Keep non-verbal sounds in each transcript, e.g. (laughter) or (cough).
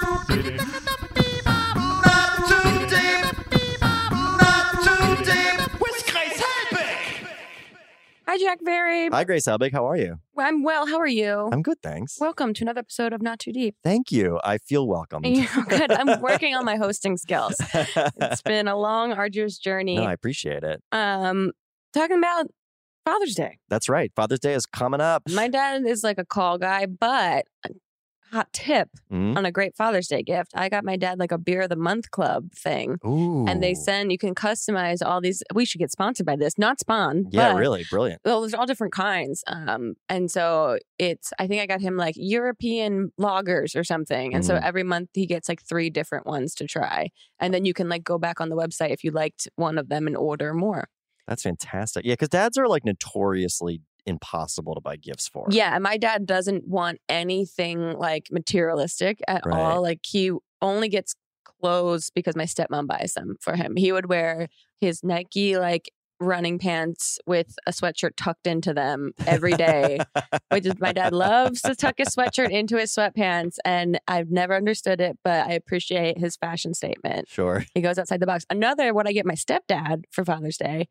CD. Not too deep. Not too deep. With Grace Helbig! Hi, Jack Berry. Hi, Grace Helbig. How are you? I'm well. How are you? I'm good, thanks. Welcome to another episode of Not Too (laughs) Deep. Thank you. I feel welcomed. (laughs) You're good. I'm working on my hosting skills. It's been a long, arduous journey. (laughs) no, I appreciate it. Um, talking about Father's Day. That's right. Father's Day is coming up. (laughs) My dad is like a call guy, but hot tip Mm. on a great Father's Day gift. I got my dad like a beer of the month club thing. Mm-hmm. Ooh. And they send you can customize all these. We should get sponsored by this, not spawn. Yeah, but- really brilliant. Well, there's all different kinds. Um, and so it's, I think I got him like European loggers or something. And so Mhm. every month he gets like three different ones to try. And then you can like go back on the website if you liked one of them and order more. That's fantastic. Yeah, because dads are like notoriously impossible to buy gifts for. Yeah. And my dad doesn't want anything like materialistic at Right. all. Like he only gets clothes because my stepmom buys them for him. He would wear his Nike like running pants with a sweatshirt tucked into them every day. which is my dad loves to tuck his sweatshirt into his sweatpants. And I've never understood it, but I appreciate his fashion statement. Sure. (laughs) He goes outside the box. Another, what I get my stepdad for Father's Day,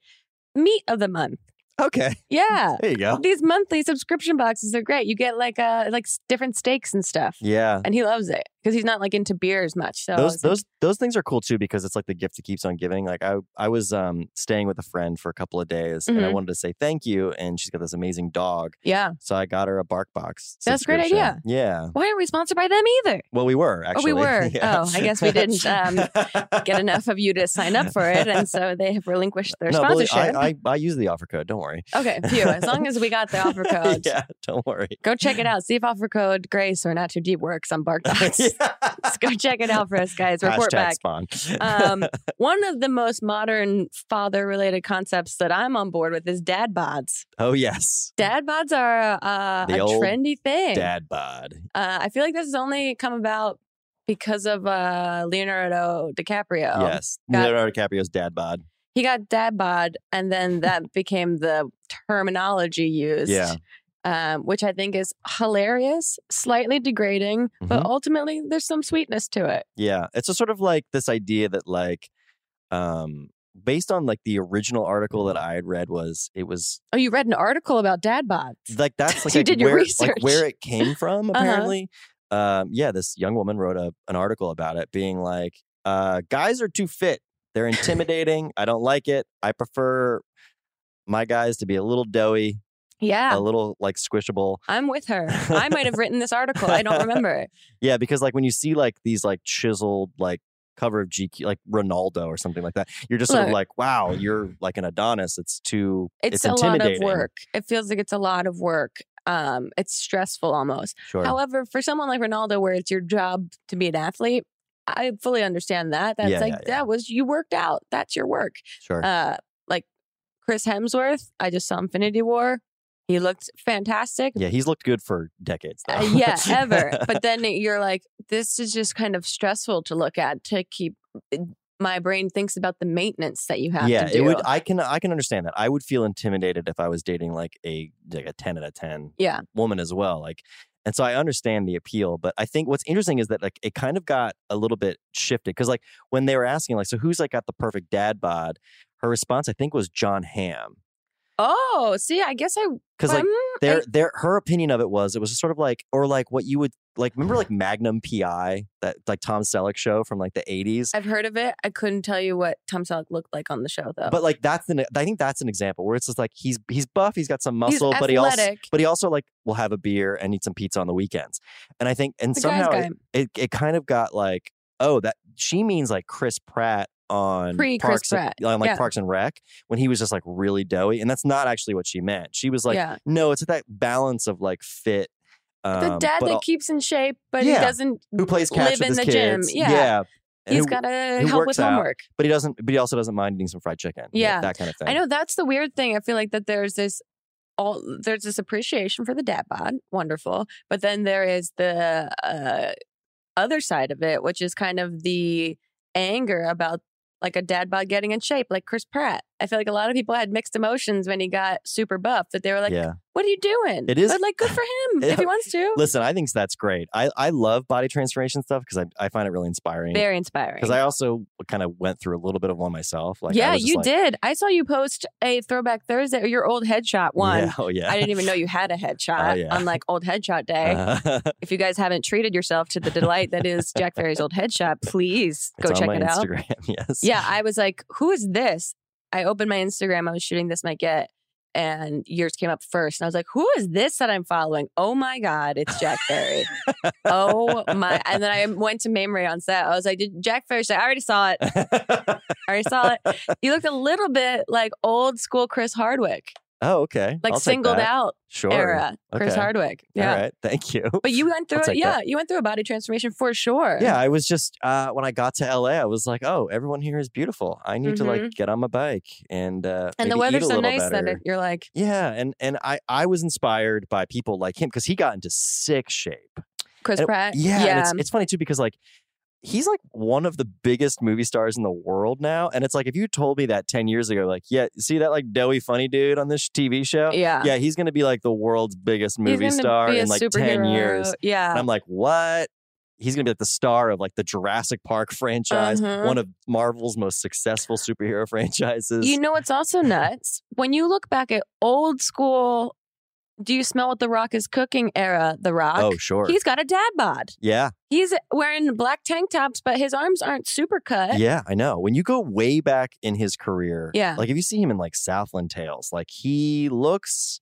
meat of the month. Okay. Yeah. There you go. These monthly subscription boxes are great. You get like uh like s- different steaks and stuff. Yeah. And he loves it because he's not like into beers much. So I those was like, those those things are cool too because it's like the gift that keeps on giving. Like I I was um staying with a friend for a couple of days and I Mhm. wanted to say thank you and she's got this amazing dog yeah. so I got her a bark box. That's a great subscription. Yeah. Why aren't we sponsored by them either? Well, we were actually. Oh, (laughs) we were. Yeah. Oh, I guess we didn't, um, Get enough of you to sign up for it, and so they have relinquished their no, believe- sponsorship. I, I I use the offer code. Don't worry. (laughs) Okay, phew. As long as we got the offer code, yeah, don't (laughs) worry. go check it out. See if offer code Grace or Not Too Deep works on (laughs) BarkBox. Just go check it out for us, guys. Report Hashtag back. spawn. (laughs) Um, one of the most modern father-related concepts that I'm on board with is dad bods. oh yes, Dad bods are uh, The a old trendy thing. dad bod. Uh, I feel like this has only come about because of uh, Leonardo DiCaprio. yes, Oh, got- Leonardo DiCaprio's dad bod. He got dad bod, and (laughs) then that became the terminology used. Yeah. Um, which I think is hilarious, slightly degrading, Mm-hmm. but ultimately there's some sweetness to it. Yeah, it's a sort of like this idea that like, um, based on like the original article Mm-hmm. that I had read was it was Oh, you read an article about dad bods. like that's (laughs) like, You like, did your where, like where research. it came from (laughs) Uh-huh. apparently um yeah this young woman wrote a, an article about it being like uh guys are too fit (laughs) they're intimidating i don't like it i prefer my guys to be a little doughy Yeah, a little like squishable I'm with her. I might have written this (laughs) article. I don't remember. yeah because like when you see like these like chiseled like cover of gq like ronaldo or something like that you're just sort of Look. like wow you're like an adonis it's too It's, it's a lot of intimidating work. It feels like it's a lot of work. Um, it's stressful almost. sure However, for someone like Ronaldo, where it's your job to be an athlete, I fully understand that. That's Yeah, like yeah, yeah. that was you worked out. That's your work. sure uh like Chris Hemsworth. I just saw Infinity War. He looked fantastic. yeah he's looked good for decades (laughs) though. Uh, yeah, ever. But (laughs) then you're like, this is just kind of stressful to look at to keep. eh, My brain thinks about the maintenance that you have yeah, to do. it would. I can. I can understand that. I would feel intimidated if I was dating like a like a ten out of ten Yeah. woman as well. Like, and so I understand the appeal. But I think what's interesting is that like it kind of got a little bit shifted because like when they were asking like so who's like got the perfect dad bod, her response I think was John Hamm oh, see, I guess I. because like mm, their I- their her opinion of it was it was sort of like or like what you would like remember like Magnum PI that like Tom Selleck show from like the eighties. I've heard of it. I couldn't tell you what Tom Selleck looked like on the show though. But like that's an I think that's an example where it's just like he's he's buff, he's got some He's muscle, but he also athletic. but he also like will have a beer and eat some pizza on the weekends. And I think and The guy's somehow guy. it, it it kind of got like oh that she means like Chris Pratt on Pre Chris Parks Pratt, and, on like yeah. Parks and Rec when he was just like really doughy, and that's not actually what she meant. She was like yeah, no, it's that balance of like fit. Um, the dad but that al- keeps in shape, but Yeah. he doesn't. who plays live catch with in his the gym, kids, yeah. and He's who- got to who help works with out. homework. but he doesn't. But he also doesn't mind eating some fried chicken. Yeah. that kind of thing. I know that's the weird thing. I feel like that there's this all there's this appreciation for the dad bod, wonderful, but then there is the uh, other side of it, which is kind of the anger about like a dad bod getting in shape, like Chris Pratt, I feel like a lot of people had mixed emotions when he got super buff that they were like, yeah. "What are you doing?" (laughs) It is- but like good for him if he wants to. Listen, I think that's great. I, I love body transformation stuff because I, I find it really inspiring. Very inspiring. Because I also kind of went through a little bit of one myself. Like, I yeah, was just you like, did. I saw you post a throwback Thursday or your old headshot one. Yeah, (laughs) oh, yeah. I didn't even know you had a headshot (laughs) Oh, yeah. on like old headshot day. Uh, if you guys haven't treated yourself to the delight that is Jack Ferry's old headshot, please go it's on check my it out. Instagram. (laughs) Yes. Yeah, I was like, who is this? I opened my Instagram. I was shooting this might get, and yours came up first. And I was like, who is this that I'm following? Oh my God, it's Jack (laughs) Ferry. oh my. And then I went to Mamrie on set. I was like, did Jack Ferry say, I already saw it. I already saw it. You looked a little bit like old school Chris Hardwick, (laughs) oh, okay. like I'll take singled that. out Sure. era Chris Okay. Hardwick. Yeah. All right. (laughs) Thank you. (laughs) But you went through I'll it. take Yeah. that. You went through a body transformation for sure. Yeah, I was just uh, when I got to LA, I was like, "Oh, everyone here is beautiful. I need to like get on my bike and uh, Mm-hmm. And the maybe eat a weather's so little nice that better." it, you're like, yeah, and and I I was inspired by people like him because he got into sick shape. Chris And- Pratt. Yeah, And it's it's funny too because like he's like one of the biggest movie stars in the world now, and it's like if you told me that ten years ago, like yeah, see that like doughy funny dude on this TV show, yeah. yeah, he's gonna be like the world's biggest He's movie gonna star be a in like ten years. superhero. Yeah. And I'm like, what? He's gonna be like the star of like the Jurassic Park franchise, Uh-huh. one of Marvel's most successful superhero (laughs) franchises. you know what's also nuts? When you look back at old school, do you smell what The Rock is cooking era? The Rock. oh, sure. He's got a dad bod. yeah, He's wearing black tank tops, but his arms aren't super cut. yeah, I know. When you go way back in his career, Yeah. like if you see him in like Southland Tales, like he looks,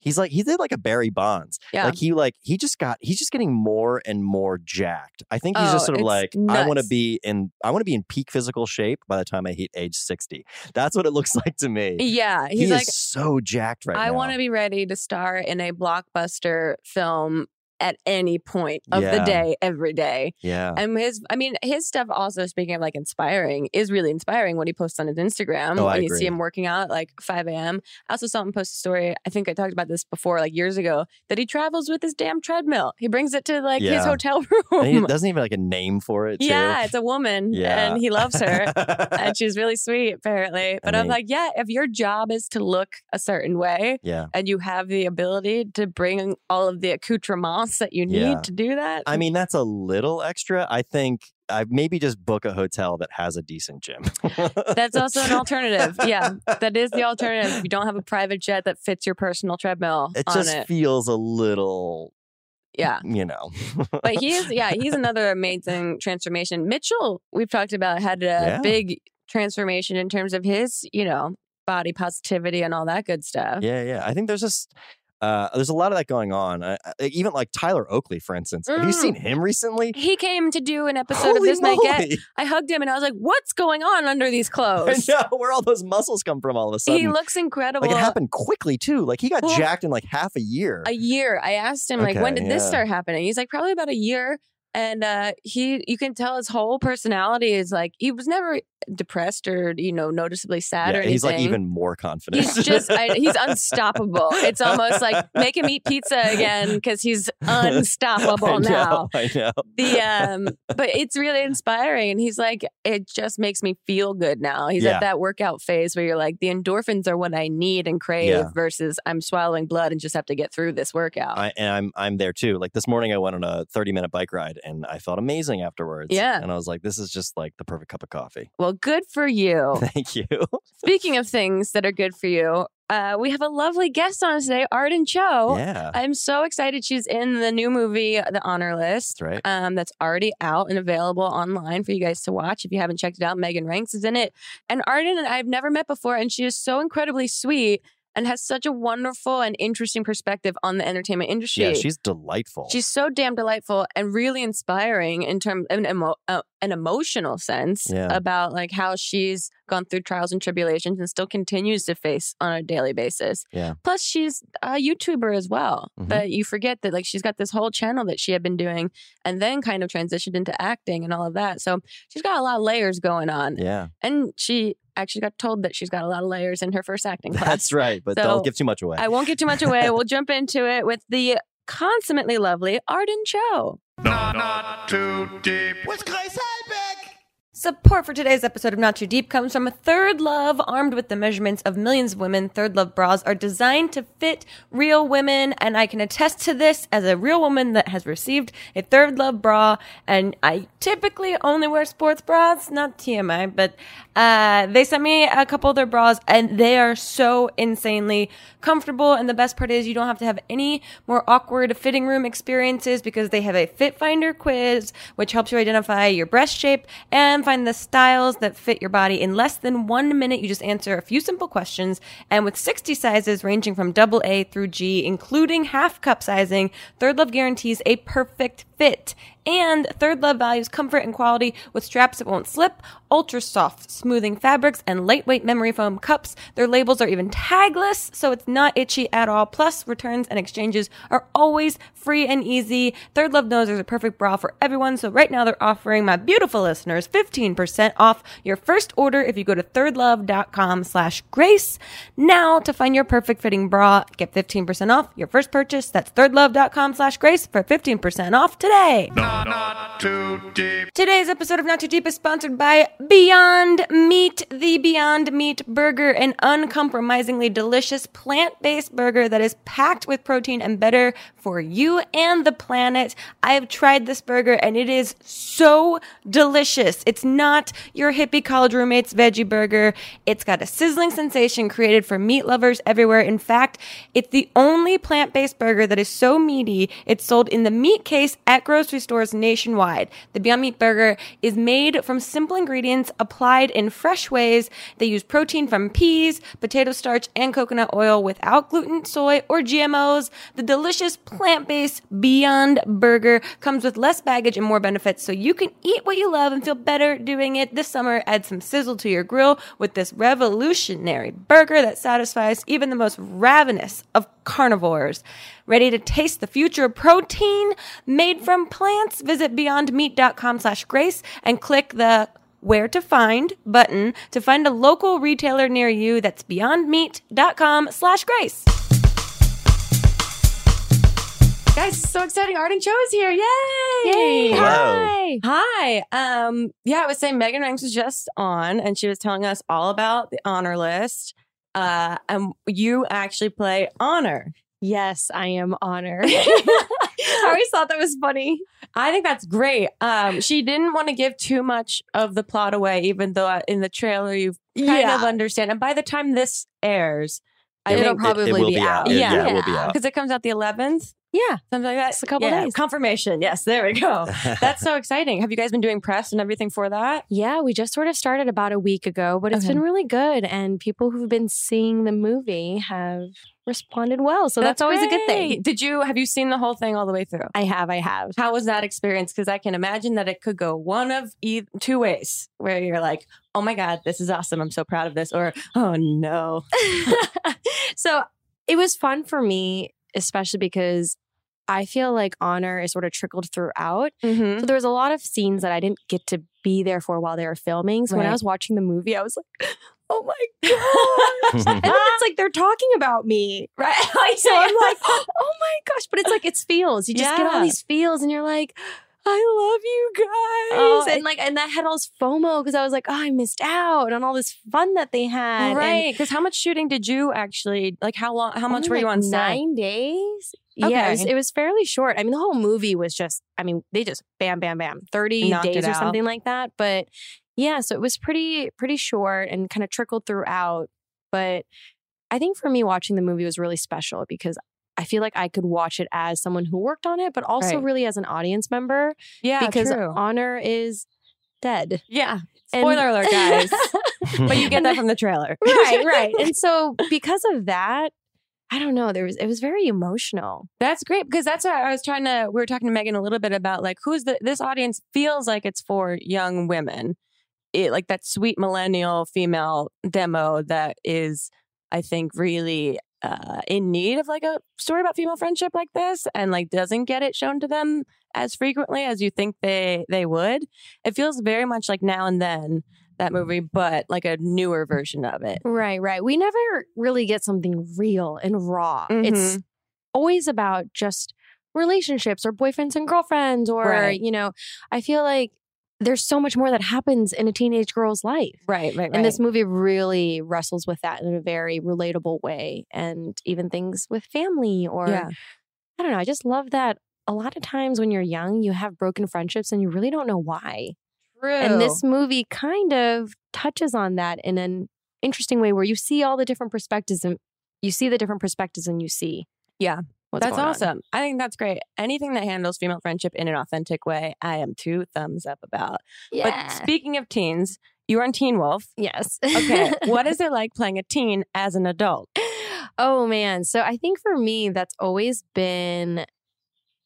he's like he did like a Barry Bonds, Yeah. like he like he just got he's just getting more and more jacked. I think he's just Oh, sort of it's like I want to nuts. be in I want to be in peak physical shape by the time I hit age sixty. That's what it looks (laughs) like to me. yeah. He's he like, is so jacked right now. I want to be ready to star in a blockbuster film at any point of the Yeah. day, every day. (laughs) Yeah. And his, I mean, his stuff also, speaking of like inspiring, is really inspiring what he posts on his Instagram. Oh, I when you see agree. him working out at like 5 a.m. I also saw him post a story. I think I talked about this before, like years ago, that he travels with his damn treadmill. He brings it to like his Yeah. hotel (laughs) And he room. doesn't even like a name for it. Too. yeah, (laughs) it's a woman Yeah. and he loves her. her. and she's really sweet, apparently. But I'm mean- like, yeah, if your job is to look a certain way, (laughs) yeah. and you have the ability to bring all of the accoutrements that you need Yeah. to do that. I mean, that's a little extra. I think I maybe just book a hotel that has a decent gym. that's also (laughs) an alternative. Yeah, that is the alternative. If you don't have a private jet that fits your personal treadmill It on just (laughs) it. feels a little, Yeah. you know. But he's yeah, he's another amazing transformation. Mitchell, we've talked about had a Yeah. big transformation in terms of his, you know, body positivity and all that good stuff. yeah, yeah. I think there's just. Uh, there's a lot of that going on. I, I- even like Tyler Oakley, for instance. Have you Mm. seen him recently? He came to do an episode of Holy This Might Get. moly! I hugged him and I was like, "What's going on under these (laughs) I clothes?" know where all those muscles come from all of a sudden. He looks incredible. like it happened quickly too. Like he got Well, jacked in like half a year. a year. I asked him like, when Okay, did this yeah. start happening? He's like, probably about a year. And uh, he, you can tell his whole personality is like he was never depressed or you know noticeably sad yeah, or anything. he's like even (laughs) more confident. He's (laughs) just I, he's unstoppable. It's almost like make him eat pizza again because (laughs) he's unstoppable I know, now. I know. The um, but it's really inspiring, and he's like, it just makes me feel good now. He's Yeah. at that workout phase where you're like, the endorphins are what I need and crave Yeah. versus I'm swallowing blood and just have to get through this workout. I, and I'm I'm there too. Like this morning, I went on a 30 minute bike ride, and I felt amazing afterwards. Yeah. and I was like, this is just like the perfect cup of coffee. (laughs) Well, good for you. Thank you. Speaking of things that are good for you, uh, we have a lovely guest on today, Arden Cho. yeah, I'm so excited she's in the new movie, uh, The Honor List. that's right. Um, that's already out and available online for you guys to watch. If you haven't checked it out, Megan Ranks is in it. And Arden and I've never met before, and she is so incredibly sweet and has such a wonderful and interesting perspective on the entertainment industry. yeah, she's delightful. She's so damn delightful and really inspiring in terms an emo, uh, an emotional sense Yeah. about like how she's gone through trials and tribulations and still continues to face on a daily basis. Yeah. Plus, she's a YouTuber as well. Mhm. But you forget that like she's got this whole channel that she had been doing and then kind of transitioned into acting and all of that. So she's got a lot of layers going on, yeah, and she actually got told that she's got a lot of layers in her first (laughs) acting class. that's right. But don't So, give too much away. I won't get too much (laughs) away. we'll jump into it with the consummately lovely Arden Cho. Not, not too deep. With Grace Helbig. Support for today's episode of Not Too Deep comes from Third Love. Armed with the measurements of millions of women, Third Love bras are designed to fit real women. And I can attest to this as a real woman that has received a Third Love bra. And I typically only wear sports bras, not TMI, but uh, they sent me a couple of their bras and they are so insanely comfortable. And the best part is you don't have to have any more awkward fitting room experiences because they have a fit finder quiz, which helps you identify your breast shape and find the styles that fit your body in less than one minute. You just answer a few simple questions, and with 60 sizes ranging from double A through G, including half cup sizing, Third Love guarantees a perfect fit. And Third Love values comfort and quality with straps that won't slip, ultra soft smoothing fabrics, and lightweight memory foam cups. Their labels are even tagless, so it's not itchy at all. Plus, returns and exchanges are always free and easy. Third Love knows there's a perfect bra for everyone, so right now they're offering my beautiful listeners 15% off your first order if you go to thirdlove.com slash grace. Now to find your perfect fitting bra, get 15% off your first purchase. That's thirdlove.com slash grace for 15% off today. Not, not too deep. Today's episode of Not Too Deep is sponsored by Beyond Meat, the Beyond Meat burger, an uncompromisingly delicious plant based burger that is packed with protein and better for you and the planet. I have tried this burger and it is so delicious. It's not your hippie college roommate's veggie burger, it's got a sizzling sensation created for meat lovers everywhere. In fact, it's the only plant based burger that is so meaty, it's sold in the meat case at grocery stores nationwide. The Beyond Meat burger is made from simple ingredients applied in fresh ways. They use protein from peas, potato starch, and coconut oil without gluten, soy, or GMOs. The delicious plant based Beyond burger comes with less baggage and more benefits, so you can eat what you love and feel better doing it. This summer, add some sizzle to your grill with this revolutionary burger that satisfies even the most ravenous of carnivores. Ready to taste the future of protein made from plants? Visit beyondmeat.com slash grace and click the where to find button to find a local retailer near you. That's beyondmeat.com slash grace. Guys, it's so exciting. Art and Joe is here. Yay! Yay! Hello. Hi. Hi. Um, yeah, I was saying Megan Ranks was just on and she was telling us all about the honor list. Uh, and you actually play honor. Yes, I am (laughs) honored. (laughs) I I always thought that was funny. think that's great. Um, she didn't want to give too much of the plot away, even though uh, in the trailer you kind of understand. And by the time this airs, I It think will- it- It'll it probably will be be out. out. It- yeah, yeah, it will be out. because it comes out the 11th, Yeah. something like that. It's a couple Yeah, days. Confirmation. Yes, there we go. That's so exciting. Have you guys been doing press and everything for that? Yeah, we just sort of started about a week ago, but it's Okay. been really good. And people who've been seeing the movie have responded well. So that's, always a good great. thing. Did you have you seen the whole thing all the way through? I have, I have. How was that experience? Because I can imagine that it could go one of e- two ways, where you're like, "Oh my god, this is awesome! I'm so proud of this," or "Oh no." (laughs) so it was fun for me, especially because I feel like honor is sort of trickled throughout. Mm-hmm. So there was a lot of scenes that I didn't get to be there for while they were filming. So when I Right. was watching the movie, I was like, (laughs) oh (laughs) my gosh. and then it's like they're talking about me. (laughs) Right. so I'm (laughs) like, oh my gosh. But it's like it's feels. You just get all Yeah. these feels and you're like, I love you Oh, guys. and like and that had all this FOMO because I was like, oh, I missed out on all this fun that they had. And Right? Because how much shooting did you actually like? How long? How much only, were you like, on set? Nine days. Yeah, it was, Okay. it was fairly short. I mean, the whole movie was just, I mean, they just bam, bam, bam, 30 Knocked it days or out. something like that. But yeah, so it was pretty, pretty short and kind of trickled throughout. But I think for me, watching the movie was really special because I feel like I could watch it as someone who worked on it, but also Right. really as an audience member Yeah, because true. Honor is dead. yeah. And- Spoiler alert, guys. but (laughs) (laughs) you get And that I- from the trailer, (laughs) right, right. And so because of that, I don't know, there was, it was very emotional. That's great because that's what I was trying to. We were talking to Megan a little bit about like who's the this audience feels like it's for young women, it like that sweet millennial female demo that is, I think, really uh, in need of like a story about female friendship like this, and like doesn't get it shown to them as frequently as you think they they would. It feels very much like now and then that movie, but like a newer version of it. Right, right. We never really get something real and raw. Mm-hmm. It's always about just relationships or boyfriends and girlfriends, or, Right. you know, I feel like there's so much more that happens in a teenage girl's life. Right, right, right. And this movie really wrestles with that in a very relatable way and even things with family or yeah. I don't know. I just love that a lot of times when you're young, you have broken friendships and you really don't know why. True. And this movie kind of touches on that in an interesting way where you see all the different perspectives and you see the different perspectives and you see. Yeah. What's that's going on. awesome. I think that's great. Anything that handles female friendship in an authentic way, I am two thumbs up about. Yeah. But speaking of teens, you're on Teen Wolf. yes. (laughs) Okay. what is it like playing a teen as an adult? oh man. So I think for me, that's always been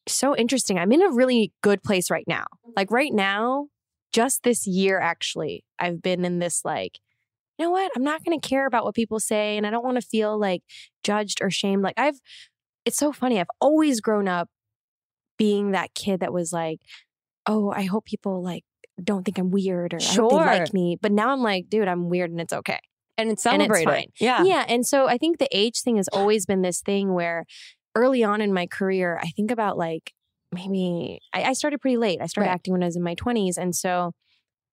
so interesting. I'm in a really good place right now. Like right now, just this year, actually, I've been in this like, you know what? I'm not going to care about what people say. And I don't want to feel like judged or shamed. Like I've, it's so funny. I've always grown up being that kid that was like, oh, I hope people like, don't think I'm weird or I hope they Sure. like me. But now I'm like, dude, I'm weird and it's okay. And it's And it's celebrated. fine. Yeah. Yeah. And so I think the age thing has always been this thing where early on in my career, I think about like maybe I, I started pretty late. I started Right. acting when I was in my 20s. And so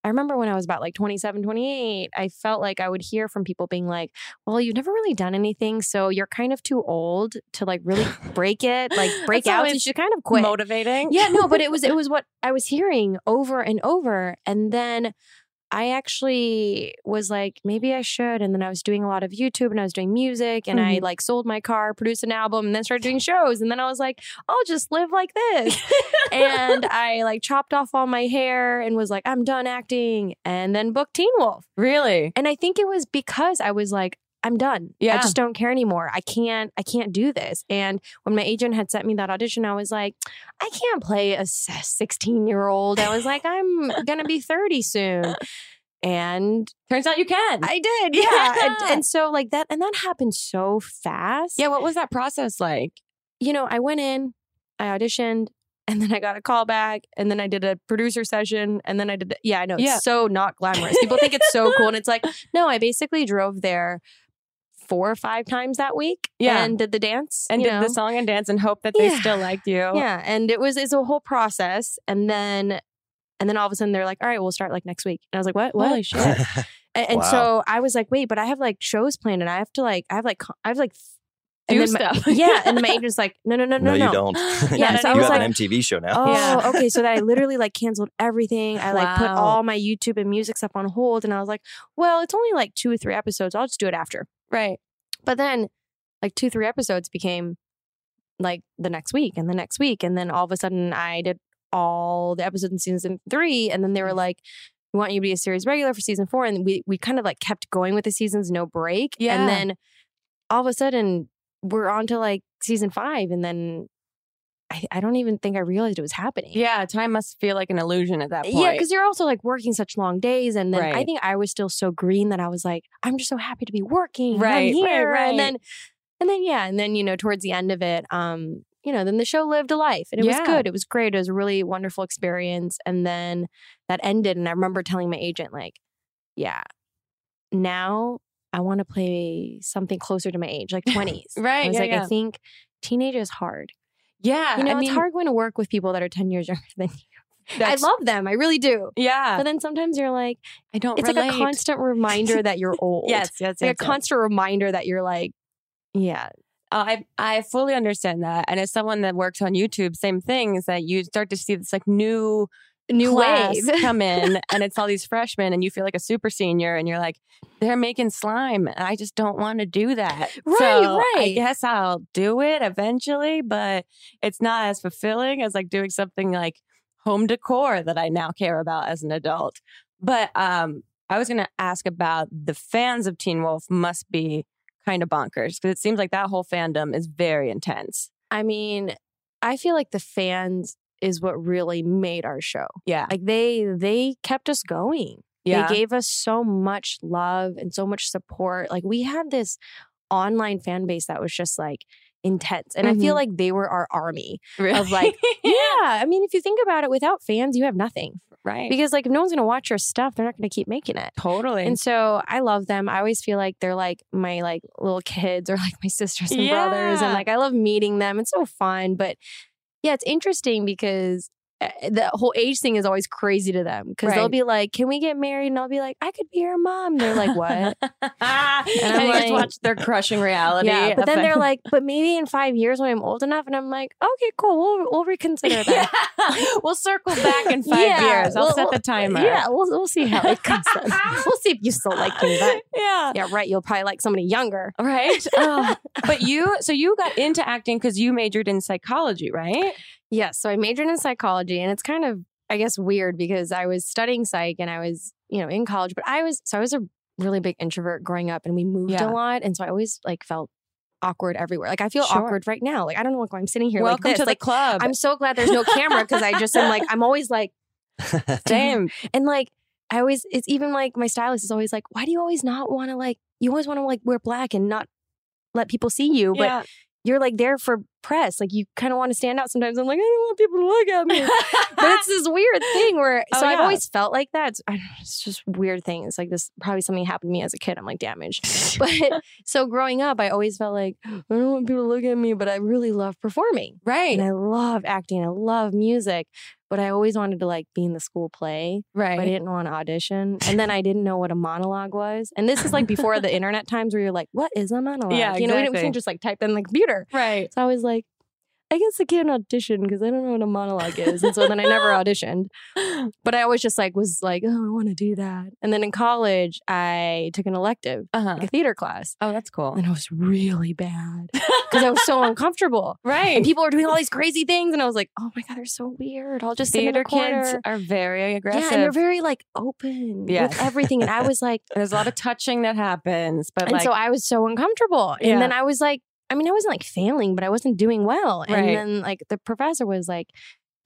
I remember when I was about like 27, 28, I felt like I would hear from people being like, well, you've never really done anything. So you're kind of too old to like (laughs) really break it, like break That's out. You always should kind of quit. Motivating. Yeah, no, but it was it was what I was hearing over and over. And then I actually was like, maybe I should. And then I was doing a lot of YouTube and I was doing music and I like sold my car, produced an album, and then started doing shows. And then I was like, I'll just live like this. and I like chopped off all my hair and was like, I'm done acting. And then booked Teen Wolf. Really? And I think it was because I was like, I'm done. I Yeah. just don't care anymore. I can't I can't do this. And when my agent had sent me that audition, I was like, I can't play a 16-year-old. I was like, I'm (laughs) going to be 30 soon. And Turns out you can. I did. (laughs) Yeah. And, and so like that and that happened so fast. yeah. What was that process like? You know, I went in, I auditioned, (laughs) and then I got a call back, and then I did a producer session, and then I did yeah, I know Yeah. it's so (laughs) not glamorous. People think it's so cool and it's like No, I basically drove there four or five times that week. Yeah. And did the dance. And you did know. the song and dance and hope that they Yeah. still liked you. Yeah. And it was it's a whole process. And then and then all of a sudden they're like, all right, we'll start like next week. And I was like, what? What? Holy shit. A- And, Wow. so I was like, wait, but I have like shows planned and I have to like I have like co- I have like and Do then my- stuff. (laughs) (laughs) yeah. (laughs) And my agent's like, no, no, no, no, no, no. you don't. Yeah, no, so I you was have like, an MTV show now. Oh, Yeah. okay. So that I literally like canceled everything. I like put Wow. all my YouTube and music stuff on hold. And I was like, well, it's only like two or three episodes. I'll just do it after. Right. But then, like two, three episodes became like the next week and the next week. And then all of a sudden, I did all the episodes in season three. And then they were like, we want you to be a series regular for season four. And we, we kind of like kept going with the seasons, no break. Yeah. And then all of a sudden, we're on to like season five. And then I, I don't even think I realized it was happening. Yeah. Time must feel like an illusion at that point. Yeah, because you're also like working such long days, and then I Right. think I was still so green that I was like, I'm just so happy to be working. and Right, right, I'm here. right. and then, and then yeah, and then you know, towards the end of it, um, you know, then the show lived a life, and it Yeah. was good. It was great. It was a really wonderful experience, and then that ended, and I remember telling my agent like, yeah, now I want to play something closer to my (laughs) age, like 20s. Right, I was yeah, like, yeah. I think teenage is hard. yeah. You know, I mean, it's hard going to work with people that are 10 years (laughs) younger than you. that's- I love them. I really do. Yeah. But then sometimes you're like, I don't it's like a constant reminder that (laughs) you're old. Yes, yes, It's like yes, a yes. constant reminder that you're like, yeah, Uh, I I fully understand that, and as someone that works on YouTube, same thing is that you start to see this like new new class wave. (laughs) come in, and it's all these freshmen, and you feel like a super senior, and you're like, they're making slime, and I just don't want to do that. Right, So I right. guess I'll do it eventually, but it's not as fulfilling as like doing something like home decor that I now care about as an adult. But um, I was going to ask about the fans of Teen Wolf must be kind of bonkers because it seems like that whole fandom is very intense. I mean, I feel like the fans is what really made our show. Yeah. Like they they kept us going. Yeah. They gave us so much love and so much support. Like we had this online fan base that was just like intense. And I feel Mhm. like they were our army. Really? of, like- Mm-hmm. (laughs) Yeah. I mean, if you think about it, without fans, you have nothing. right. (laughs) Because like if no one's gonna watch your stuff, they're not gonna keep making it. totally. And so I love them. I always feel like they're like my like little kids or like my (laughs) sisters and brothers. Yeah. And like I love meeting them. It's so fun. But yeah, it's interesting because eh, the whole age thing is always crazy to them because they'll Right. be like, "Can we get married?" And I'll be like, "I could be your mom." And they're like, (laughs) (laughs) "What?" and I'm I just like- watched their crushing reality. yeah, but then affect- they're like, "But maybe in five years when I'm old enough," and I'm like, "Okay, cool. We'll (laughs) we'll reconsider that." (laughs) Yeah. we'll circle back in five Yeah, years. I'll well, set well, (laughs) the timer. Yeah, we'll, we'll see how it comes. out. we'll see if you still like me. But yeah. (laughs) yeah, right. You'll probably like somebody younger. (laughs) Right. Oh, but you, so you got into acting because you majored in psychology, right? Yes. So I majored in psychology, and it's kind of, I guess, weird because I was studying psych and I was, you know, in college, but I was, so I was a really big introvert growing up and we moved Yeah. a lot. And so I always like felt awkward everywhere. Like I feel Sure. awkward right now. Like I don't know why I'm sitting here Welcome like this. to the like, club. I'm so glad there's no camera because I just am like, I'm always like, (laughs) (laughs) (laughs) Same. and like, I always, it's even like my stylist is always like, why do you always not want to like, you always want to like wear black and not let people see you, (laughs) but Yeah. you're like there for press. Like you kind of want to stand out sometimes. I'm like, I don't want people to look at me (laughs) but it's this weird thing where Oh, so I've yeah. always felt like that. It's, I don't know, it's just weird thing. It's like this probably something happened to me as a kid. I'm like (laughs) damaged. But so growing up, I always felt like I don't want people to look at me, but I really love performing right. (laughs) and I love acting. I love music, but I always wanted to like be in the school play. right. But I didn't want to audition, and then I didn't know what a monologue was. And this is like before (laughs) the internet times where you're like, "What is a monologue?" Yeah, you know, we didn't we exactly. can just like type in the computer. right. So I was like, I guess I can't audition because I don't know what a monologue is. And so then (laughs) I never auditioned. But I always just like was like, oh, I want to do that. And then in college, I took an elective, Uh-huh. like a theater class. Oh, that's cool. And (laughs) I was really bad because (laughs) I was so uncomfortable. Right. And people were doing all these crazy things. And I was like, oh my God, they're so weird. I'll just sit (laughs) in Theater a corner. kids are very aggressive. Yeah, and they're very like open Yeah. with everything. And I (laughs) was like, There's a lot of touching that happens, but and like, so I was so uncomfortable. Yeah. And then I was like, I mean, I wasn't like failing, but I wasn't doing well. Right. And then like the professor was like,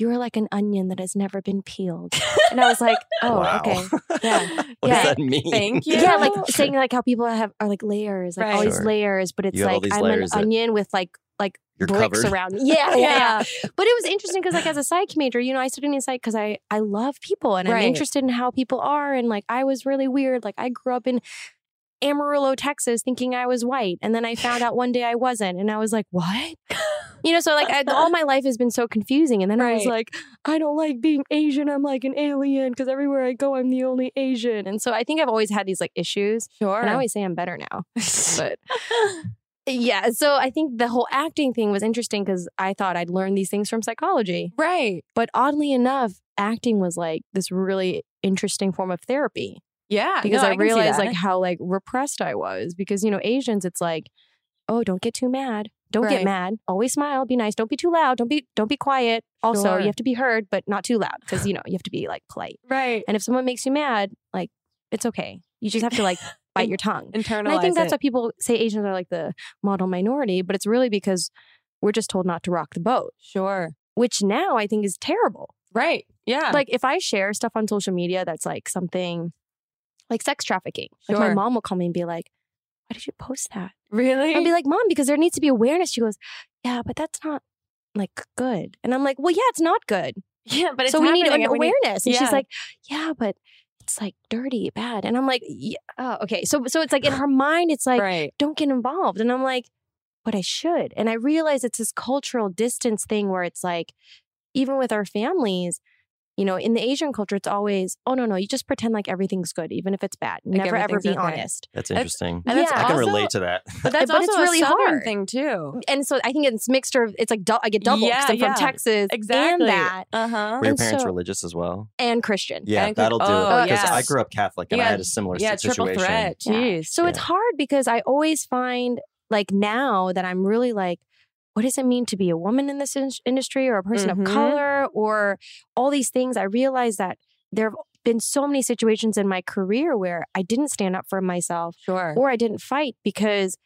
"You are like an onion that has never (laughs) been peeled," and I was like, "Oh, Wow. okay, yeah, (laughs) What Yeah. does that mean? thank you. (laughs) yeah." Like saying like how people have are like layers, like all Right. these Sure. layers, but it's You have all like these I'm an layers that- onion with like You're bricks covered. (laughs) around. me. Yeah, yeah, Yeah. yeah. But it was interesting because like as a psych major, you know, I studied in psych because I I love people and I'm Right. interested in how people are and like I was really weird. Like I grew up in Amarillo, Texas, thinking I was white, and then I found out one day I wasn't, and I was like, "What?" (laughs) You know, so like I, all my life has been so confusing, and then I was Right. like, "I don't like being Asian. I'm like an alien because everywhere I go, I'm the only Asian." And so I think I've always had these like issues, sure. (laughs) and I always say I'm better now, but yeah. So I think the whole acting thing was interesting because I thought I'd learned these things from psychology. right. But oddly enough, acting was like this really interesting form of therapy Yeah. because no, I, can see realized that. like how like repressed I was because you know Asians it's like oh don't get too mad don't Right. get mad always smile be nice don't be too loud don't be don't be quiet also Sure. you have to be heard but not too loud (sighs) because you know you have to be like polite (laughs) right. and if someone makes you mad like it's okay you just have to like bite your tongue Internalize and I think that's it. why people say Asians are like the model minority, but it's really because we're just told not to rock the boat, sure. which now I think is terrible. Right. Yeah. Like if I share stuff on social media that's like something like sex trafficking, like my Sure. mom will call me and be like, why did you post that? really? (laughs) I'll be like, mom, because there needs to be awareness. She goes, yeah, but that's not like good. And I'm like, well, yeah, it's not good. yeah, but it's so we need happening an and we awareness. And yeah. she's like, yeah, but it's like dirty, bad. And I'm like, yeah, oh, okay. So, so it's like in her mind, it's like, right. don't get involved. And I'm like, but I should. And I realize it's this cultural distance thing where it's like, even with our families, you know, in the Asian culture, it's always, oh, no, no, you just pretend like everything's good, even if it's bad. Like Never ever everything's be okay. honest. That's That's- interesting. And that's Yeah. eh, I can also- relate to that. But that's but also it's really a southern hard. Mm, thing too. And so I think it's mixture of, it's like, dou- I get double because Yeah, I'm from yeah. Texas Exactly. and that Uh huh. (laughs) Were your And parents so- religious as well? and Christian. Yeah, think- that'll do. oh, Because I yes. grew up Catholic and I Yeah, had a similar Yeah. situation. Triple (laughs) threat. Yeah. Jeez. So it's Yeah. hard because I always find like now that I'm really like, what does it mean to be a woman in this in- industry or a person Mhm. of color or all these things? I realize that there have been so many situations in my career where I didn't stand up for myself sure. or I didn't fight because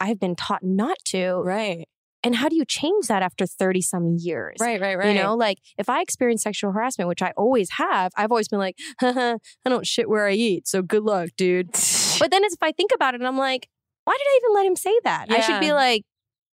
I've been taught not to. right. And how do you change that after 30 some years? Right. Right. Right. You know, like if I experience sexual harassment, which I always have, I've always been like, (laughs) I don't shit where I eat. So good luck, dude. But then it's, if I think about it, and I'm like, why did I even let him say that? I should Yeah. be like,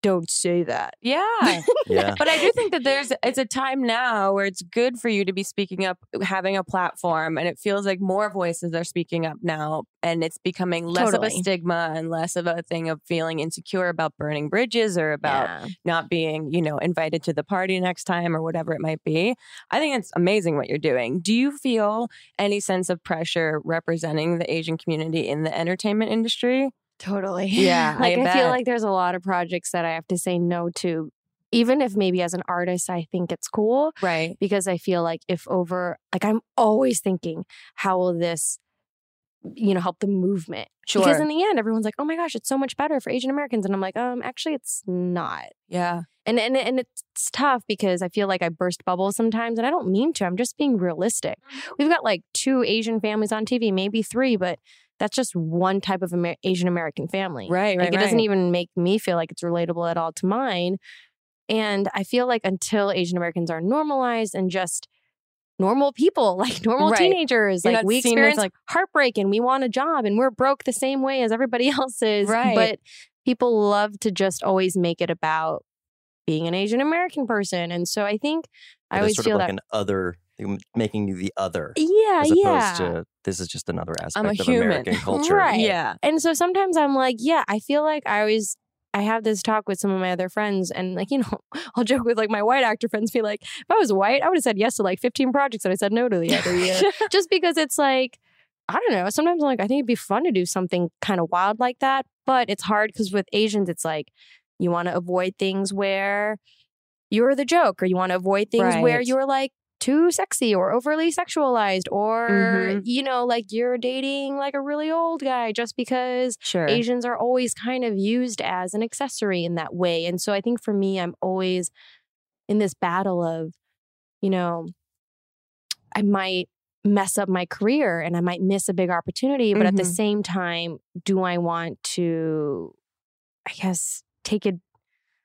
don't say that. (laughs) Yeah. Yeah. but I do think (laughs) that there's it's a time now where it's good for you to be speaking up, having a platform, and it feels like more voices are speaking up now, and it's becoming less of a Totally. stigma and less of a thing of feeling insecure about burning bridges or about Yeah. not being, you know, invited to the party next time or whatever it might be. I think it's amazing what you're doing. Do you feel any sense of pressure representing the Asian community in the entertainment industry? Totally. Yeah, I like I, feel bet. like there's a lot of projects that I have to say no to, even if maybe as an artist I think it's cool Right. because I feel like if over, like I'm always thinking, how will this, you know, help the movement? Sure. Because in the end, everyone's like, oh my gosh, it's so much better for Asian Americans, and I'm like, um, actually, it's not. yeah. And and and it's tough because I feel like I burst bubbles sometimes, and I don't mean to. I'm just being realistic. We've got like two Asian families on TV, maybe three, but that's just one type of Amer- Asian American family. Right. Right. Like it doesn't right. even make me feel like it's relatable at all to mine. And I feel like until Asian Americans are normalized and just normal people, (laughs) like normal Right. teenagers, You're like not we seen as, experience like- like heartbreak and we want a job and we're broke the same way as everybody (laughs) else is. Right. But people love to just always make it about being an Asian American person. And so I think It I is always sort feel of like that. an other, making you the other, yeah, as opposed yeah. to this is just another aspect a of human. (laughs) American culture. Right. Yeah. And so sometimes I'm like, yeah, I feel like I always I have this talk with some of my other friends and like, (laughs) you know, I'll joke with like my white actor friends be like, if I was white, I would have said yes to like 15 projects that I said no to the other year. Just because it's like, I don't know, sometimes I'm like, I think it'd be fun to do something kind of wild like that. But it's hard because with Asians, it's like you want to avoid things where you're the joke, or you want to avoid things where Right. you're like too sexy or overly sexualized, or Mhm. you know, like you're dating like a really old guy just because Sure. Asians are always kind of used as an accessory in that way. And so I think for me, I'm always in this battle of, you know, I might mess up my career and I might miss a big opportunity, but at the Mhm. same time, do I want to, I guess, take it?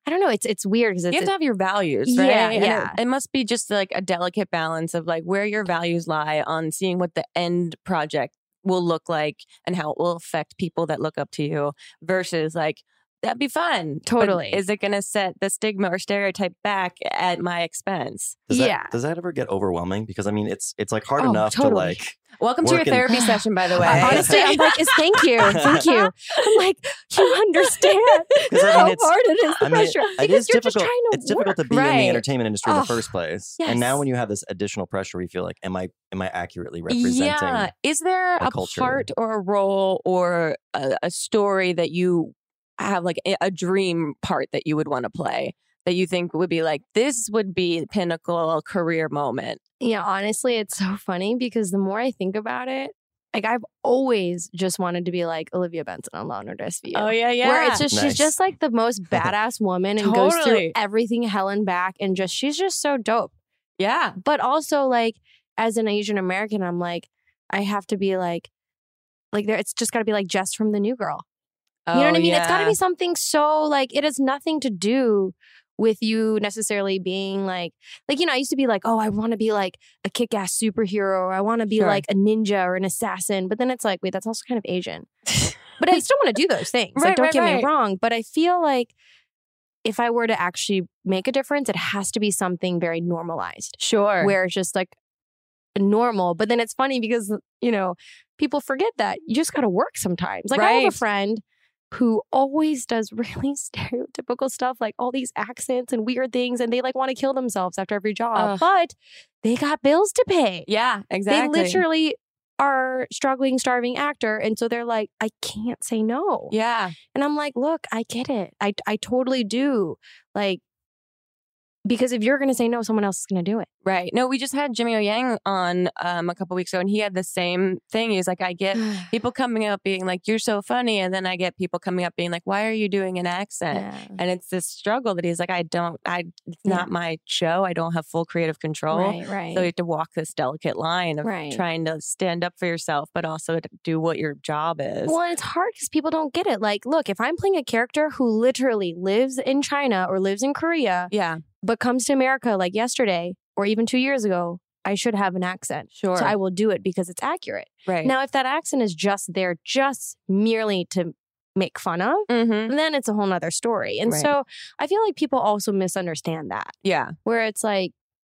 I don't know. It's it's weird because it's you have to have your values, right? Yeah, And it- yeah. It, must be just like a delicate balance of like where your values lie on seeing what the end project will look like and how it will affect people that look up to you versus like that'd be fun. but Totally. is it going to set the stigma or stereotype back at my expense? Does that, Yeah. does that ever get overwhelming? Because I mean, it's it's like hard Oh, enough to totally. (laughs) like. Welcome to Working- your therapy session, by the way. honestly, I'm like, it's thank you, thank you. I'm like, you understand (laughs) 'Cause I mean, how it's- hard it is. The I mean, pressure it because is you're just difficult. trying to It's difficult to work, be in the right? entertainment industry in the Ugh, first place, and yes. now when you have this additional pressure, we feel like, am I am I accurately representing? Yeah. Is there our a culture? part or a role or a, a story that you have like a, a dream part that you would want to play that you think would be like, this would be pinnacle career moment? Yeah, honestly, it's so funny because the more I think about it, like I've always just wanted to be like Olivia Benson on Law and Order SVU. Oh, yeah, Where it's just Nice. she's just like (laughs) the most badass woman and goes through Totally. everything hell and back and just she's just so dope. yeah. But also like as an Asian American, I'm like I have to be like like there it's just got to be like Jess from the New Girl. You Oh, know what I mean? It's got to be something so like it has nothing to do with you necessarily being like like you know I used to be like oh I want to be like a kick-ass superhero or I want to be Sure. like a ninja or an assassin but then it's like wait that's also kind of Asian. (laughs) But I still want to do those things. Right, like don't right, get right. me wrong, but I feel like if I were to actually make a difference it has to be something very normalized Sure. where it's just like normal. But then it's funny because, you know, people forget that you just got to work sometimes. Like I have Right. a friend who always does (laughs) really stereotypical stuff, like all these accents and weird things, and they like want to kill themselves after every job, Ugh. but they got bills to pay. yeah, exactly. They literally are struggling, starving actor. And so they're like, I can't say no. Yeah. And I'm like, look, I get it. I, I totally do. Like, because if you're going to say no, someone else is going to do (sighs) it. (sighs) Right. No, we just had Jimmy O Yang on um, a couple weeks ago, and he had the same thing. He was like, I (sighs) get people coming up being like, "You're so funny," and then I get people coming up being like, "Why are you doing an accent?" Yeah. And it's this struggle that he's like, "I don't, I, it's Yeah. not my show. I don't have full creative control." Right, right. So you have to walk this delicate line of Right. trying to stand up for yourself, but also to do what your job is. well, and it's hard because people don't get it. Like, look, if I'm playing a character who literally lives in China or lives in Korea, yeah, but comes to America like yesterday or even two years ago, I should have an accent. sure. So I will do it because it's accurate. right. Now, if that accent is just there, just merely to make fun of, Mm-hmm. then it's a whole nother story. And Right. so I feel like people also misunderstand that Yeah. where it's like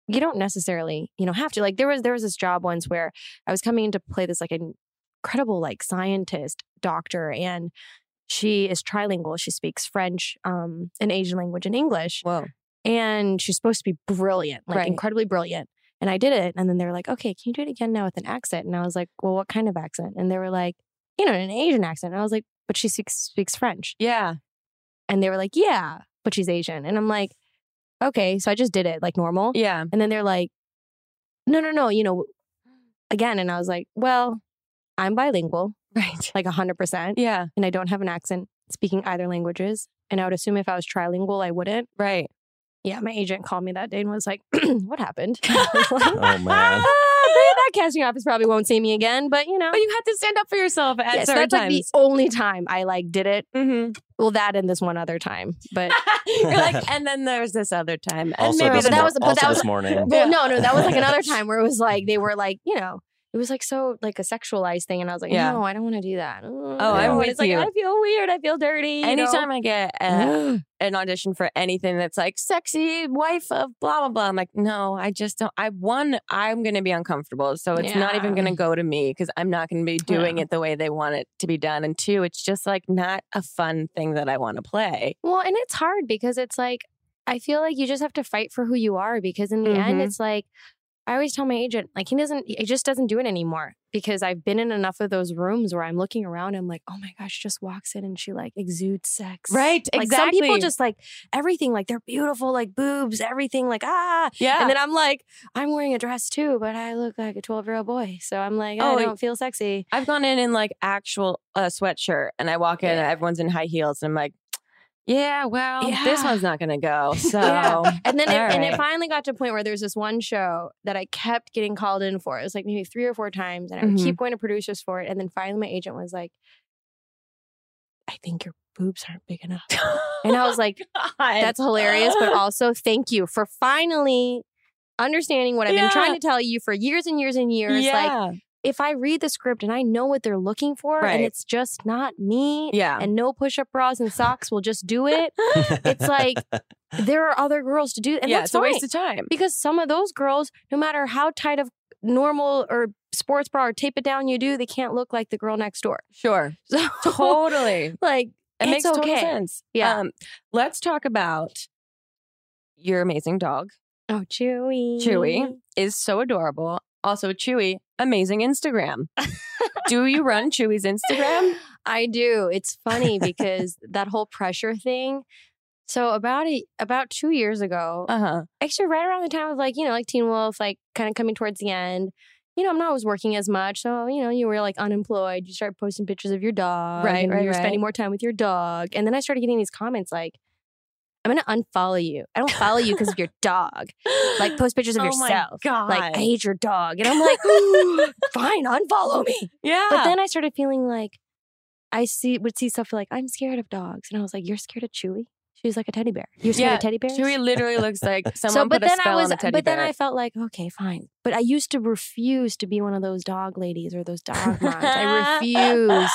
you don't necessarily you know have to like there was there was this job once where i was coming in to play this like an incredible like scientist doctor and she is trilingual she speaks french um an asian language and english Whoa. and she's supposed to be brilliant like Right. incredibly brilliant and i did it and then they were like okay can you do it again now with an accent and i was like well what kind of accent and they were like you know an asian accent and i was like but she speaks, speaks french Yeah. and they were like, "Yeah, but she's Asian." And I'm like, "Okay." So I just did it like normal. Yeah. And then they're like, "No, no, no, you know, again." And I was like, "Well, I'm bilingual, Right. like 100%, Yeah. and I don't have an accent speaking either languages, and I would assume if I was trilingual, I wouldn't." Right. Yeah, my agent called me that day and was like, (clears throat) "What happened?" (laughs) I (laughs) was like, Oh, man. "Ah, great, that casting office probably won't see me again, but you know, But you have to stand up for yourself at yes, certain that's like the times. only time I like did it. mm-hmm. Well, that and this one other time, but (laughs) You're like, and then there's this other time. And Also, maybe this, that mor- was- but also that was- this morning. Well, no, no, that was (laughs) like another time where it was like they were like, you know, it was like so like a sexualized thing, and I was like, Yeah. no, I don't want to do that. Oh, I'm and with it's like, you. I feel weird. I feel dirty. you know? Anytime I get uh, an audition for anything that's like sexy wife of blah blah blah, I'm like, no, I just don't. I one, I'm gonna be uncomfortable, so it's not even Yeah. gonna go to me because I'm not gonna be doing Yeah. it the way they want it to be done. And two, it's just like not a fun thing that I want to play. (gasps) Well, and it's hard because it's like I feel like you just have to fight for who you are because in the end, Mhm. it's like I always tell my agent, like he doesn't, he just doesn't do it anymore because I've been in enough of those rooms where I'm looking around, I'm like, oh my gosh, she just walks in and she like exudes sex, Like some people just like everything, like they're beautiful, like boobs, everything, like ah, yeah. And then I'm like, I'm wearing a dress too, but I look like a 12 year old boy. So I'm like, Oh, I don't feel sexy. I've gone in in like actual uh, sweatshirt and I walk in and Yeah. everyone's in high heels and I'm like, yeah, well, this Yeah. one's not going to (laughs) go. So, Yeah. And then it, All and it right. finally got to a point where there was this one show that I kept getting called in for. It was like maybe three or four times, and I would Mhm. keep going to producers for it. And then finally, my agent was like, I think your boobs aren't big enough. And (laughs) I (laughs) was like, that's hilarious, but also thank you for finally understanding what I've Yeah. been trying to tell you for years and years and years. Like, yeah. if I read the script and I know what they're looking for Right. and it's just not me yeah. and no push up bras and socks will just (laughs) do it, (laughs) (laughs) it's like there are other girls to do and yeah, that's it's a waste fine. of time. because some of those girls, no matter how tight of normal or sports bra or tape it down you do, they can't look like the girl next door. (laughs) (laughs) Sure. So Totally. It like it's makes total okay. sense. Yeah. Um, let's talk about your amazing dog. Oh, Chewy. Chewy is so adorable. Also, Chewy, amazing Instagram. Do you (laughs) run Chewy's Instagram? I do. It's (laughs) funny because that whole pressure thing. So about a, about two years ago, Uh huh. actually right around the time of like you know like teen wolf like kind of coming towards the end you know i'm not always working as much so you know you were like unemployed you started posting pictures of your dog Right, and right, you were right. spending more time with your dog and then i started getting these comments like i'm gonna unfollow you i don't follow you because of your dog like post pictures (laughs) of Oh my yourself like God. i hate your dog and i'm like (laughs) fine unfollow me yeah. but then i started feeling like i see would see stuff like i'm scared of dogs and i was like you're scared of chewy she's like a teddy bear you're scared Yeah, of teddy bears Chewy literally looks like (laughs) someone but put a then spell I was, on a teddy but bear. then I felt like, okay, fine. But I used to refuse to be one of those dog ladies or those (laughs) dog moms. I (laughs) refused,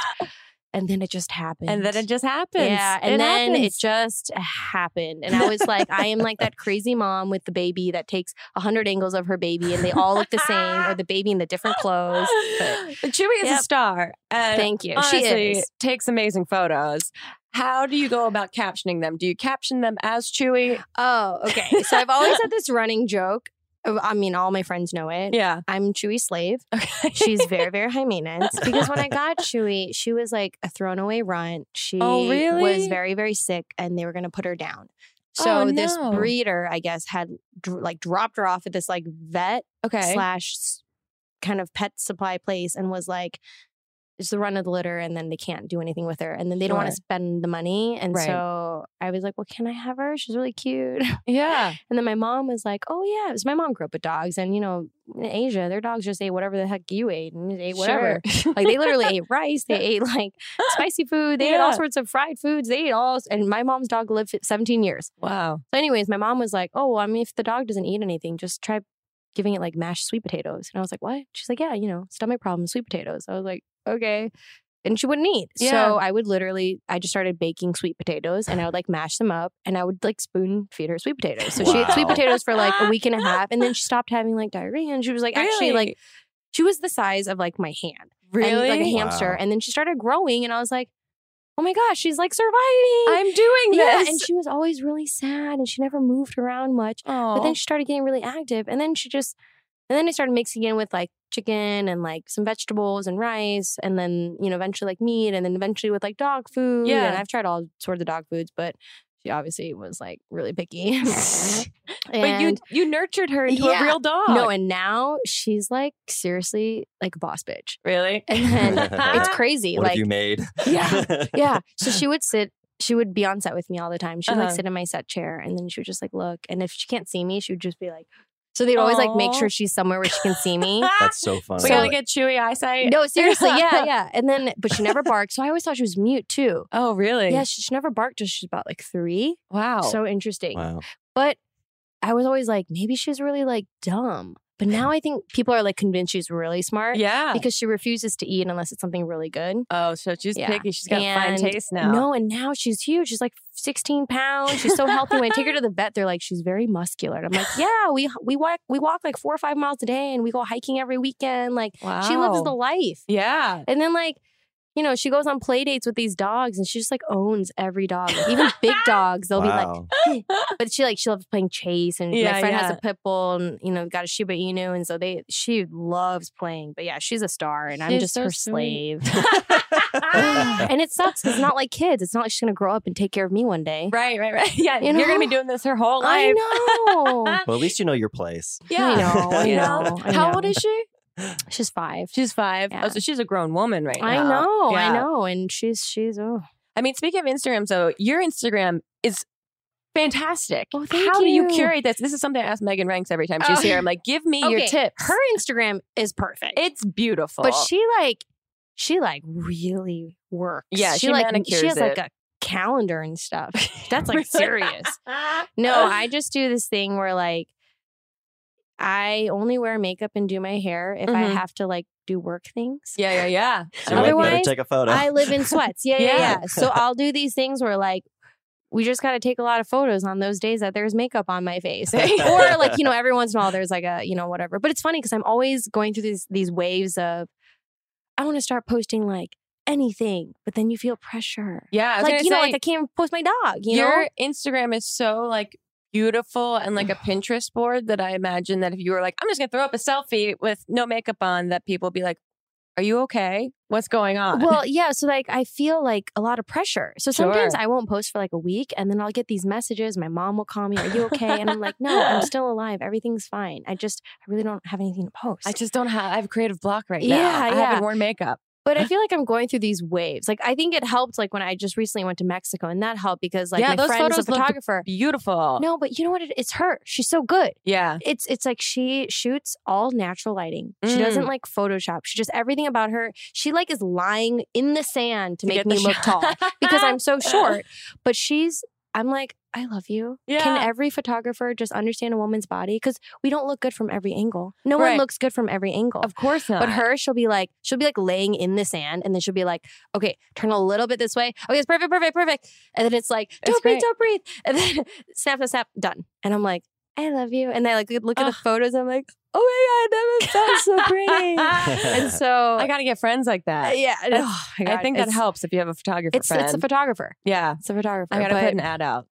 and then it just happened. and then it just happens. yeah, and It then happens. it just happened, and I was like, I (laughs) am like that crazy mom with the baby that takes a hundred angles of her baby, and they all look the same, or the baby in the different clothes. But But Chewy is Yep. a star. (laughs) And thank you, honestly, she is. takes amazing photos. How do you go about captioning them? Do you caption them as (sighs) Chewy? Oh, okay. So I've always had this running joke. I mean, all my friends know (laughs) it. Yeah. I'm Chewy's slave. Okay. She's very, (laughs) very high maintenance because when I got Chewy, she was like a thrown away runt. She Oh, really? was very, very sick and they were going to put her down. So Oh, this no. breeder, I guess, had dr- like dropped her off at this like vet okay. slash s- kind of pet supply place and was like, it's the run of the litter and then they can't do anything with her. And then they don't want Sure. to spend the money. And Right. so I was like, well, can I have her? She's really cute. (laughs) Yeah. And then my mom was like, "Oh yeah, it was my mom grew up with dogs, and you know, in Asia, their dogs just ate whatever the heck you ate and they ate whatever. Sure. Like they literally ate rice, they ate like spicy food, they ate all Yeah. sorts of fried foods, they ate all." And my mom's dog lived 17 years. (laughs) wow. So, anyways, my mom was like, "Oh, well, I mean, if the dog doesn't eat anything, just try giving it like mashed sweet potatoes." And I was like, "What?" She's like, "Yeah, you know, stomach problems, sweet potatoes." I was like, "Okay." and she wouldn't eat. Yeah. So I would literally, I just started baking sweet potatoes and I would like mash them up and I would like spoon feed her sweet potatoes. So she ate sweet Wow. potatoes for like a week and a half (laughs) and then she stopped having like diarrhea and she was like, actually, like she was the size of like my hand, really, and, like a Really? hamster. Wow. And then she started growing and I was like, oh my gosh, she's like (laughs) surviving. I'm doing yeah, this. and she was always really sad and she never moved around much. oh, But then she started getting really active, and then she just, and then I started mixing in with like chicken and like some vegetables and rice, and then you know eventually like meat, and then eventually with like dog food. Yeah. and I've tried all sorts of dog foods, but she obviously was like really picky. (laughs) and, but you you nurtured her into Yeah. a real dog. no, and now she's like seriously like a boss bitch, really, and it's crazy. What like have you made? yeah, (laughs) (laughs) yeah. So she would sit. She would be on set with me all the time. She would like Uh-huh. sit in my set chair, and then she would just like look. And if she can't see me, she would just be like. So they'd always like make Aw. sure she's somewhere where she can (laughs) see (laughs) me. That's (laughs) so funny. we So- gotta get chewy eyesight. no, seriously, (laughs) yeah, yeah. And then, but she never barked. So I always thought she was mute too. Oh, really? Yeah, she, she never barked till she was about like three. Wow. So interesting. wow. But I was always like, maybe she's really like dumb. But now I think people are like convinced she's really smart yeah. because she refuses to eat unless it's something really good. Oh, so she's Yeah. picky. She's got fine And taste now. No, and now she's huge. She's like 16 pounds. She's so healthy. when I take her to the vet, they're like, she's very muscular. And I'm like, yeah, we we walk we walk like four or five miles a day, and we go hiking every weekend. Like wow. she lives the life. (laughs) Yeah. And then like, you know, she goes on play dates with these dogs, and she just like owns every dog, Like, even (laughs) big dogs. They'll be (laughs) wow. (laughs) like, but she like she loves playing chase, and Yeah, my friend has yeah. a pit bull, and you know, got a Shiba Inu, and so they she loves playing. But yeah, she's a star, and I'm She's just so her sweet. slave. (laughs) and it sucks because it's not like kids. It's not like she's gonna grow up and take care of me one day. right, right, right. (laughs) Yeah. You You are gonna be know? doing this her whole life. I (laughs) know. well, at least you know your place. Yeah. I (laughs) know. I You know. I How know. old is she? She's five. She's five. Yeah. Oh, so she's a grown woman right now. I know. I Yeah. know. And she's she's oh. I mean, speaking of Instagram, so your Instagram is fantastic. Oh, thank How do you you. curate this? This is something I ask Megan Ranks every time she's Oh. here. I'm like, give (laughs) me your Okay, tips. Her Instagram is perfect. it's beautiful. but she like she like really works. Yeah, she like manicures she has it. like a calendar and (laughs) stuff. That's like Really? serious. (laughs) No, I just do this thing where like I only wear makeup and do my hair if I Mhm. have to like do work things. Yeah, yeah, yeah. So you might never Otherwise, take a (laughs) photo. I live in sweats. Yeah, yeah, Yeah. yeah. So I'll do these things where like we just got to take a lot of photos on those days that there's makeup on my face, (laughs) or like you know every once in a while there's like a you know whatever. But it's funny because I'm always going through these these waves of I want to start posting like anything, but then you feel pressure. Yeah, I was Like gonna you know, say, like I can't post my dog. You your know, Instagram is so like beautiful and like a Pinterest board that I imagine that if you were like, I'm just gonna throw up a selfie with no makeup on, that people would be like, Are you okay? What's going on? Well, yeah. So like I feel like a lot of pressure. So sometimes Sure. I won't post for like a week and then I'll get these messages. My mom will call me, Are you okay? And I'm like, No, I'm still alive. Everything's fine. I just I really don't have anything to post. I just don't have I have creative block right now. Yeah, I yeah. haven't worn makeup. but (laughs) I feel like I'm going through these waves. Like I think it helped like when I just recently went to Mexico and that helped because like Yeah, my those friend is a photos looked photographer. Beautiful. No, but you know what? It, it's her. She's so good. Yeah. It's it's like she shoots all natural lighting. She Mm. doesn't like Photoshop. She just everything about her. She like is lying in the sand to, make get me the look shot. (laughs) tall. because I'm Ah. so short. But she's, I'm like, I love you. Can Yeah. every photographer just understand a woman's body? Because we don't look good from every angle. No Right. one looks good from every angle. Of course not. but her, she'll be like, she'll be like laying in the sand, and then she'll be like, okay, turn a little bit this way. Okay, it's perfect, perfect, perfect. And then it's like, It's don't breathe, great. don't breathe. And then (laughs) snap, snap, snap, done. And I'm like, I love you. And I like look at Ugh. the photos. I'm like, oh my god, that was so pretty. (laughs) and so I gotta get friends like that. yeah, That's- oh my I God, think that it's- helps if you have a photographer It's friend. it's a photographer. yeah. It's a photographer. I gotta but- put an ad out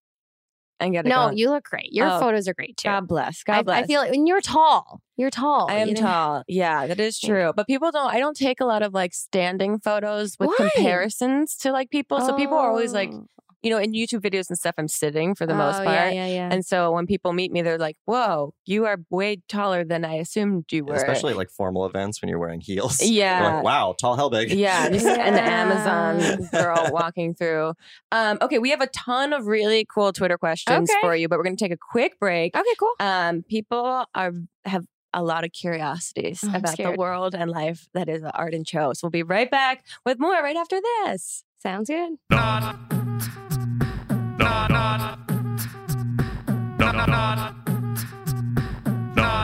and get it. No, going. you look great. Your Oh, photos are great too. God bless. I- God bless. I, feel like and you're tall. You're tall. I am you know? tall. Yeah, that is Yeah. true. But people don't. I don't take a lot of like standing photos with Why? comparisons to like people. So people are always like, Oh. you know, in YouTube videos and stuff, I'm sitting for the most Oh, part. Yeah, yeah, yeah. And so when people meet me, they're like, "Whoa, you are way taller than I assumed you were." Especially at, like formal events when you're wearing heels. (laughs) yeah, You're like, wow, tall, hell big. Yeah, just (laughs) an Yeah. Amazon girl walking through. Um, okay, we have a ton of really cool Twitter questions Okay. for you, but we're going to take a quick break. okay, cool. Um, people are have a lot of curiosities Oh, I'm about the scared. world and life that is art and show. So we'll be right back with more right after this. Sounds good. Not. Not. Not. Not. Not. Not.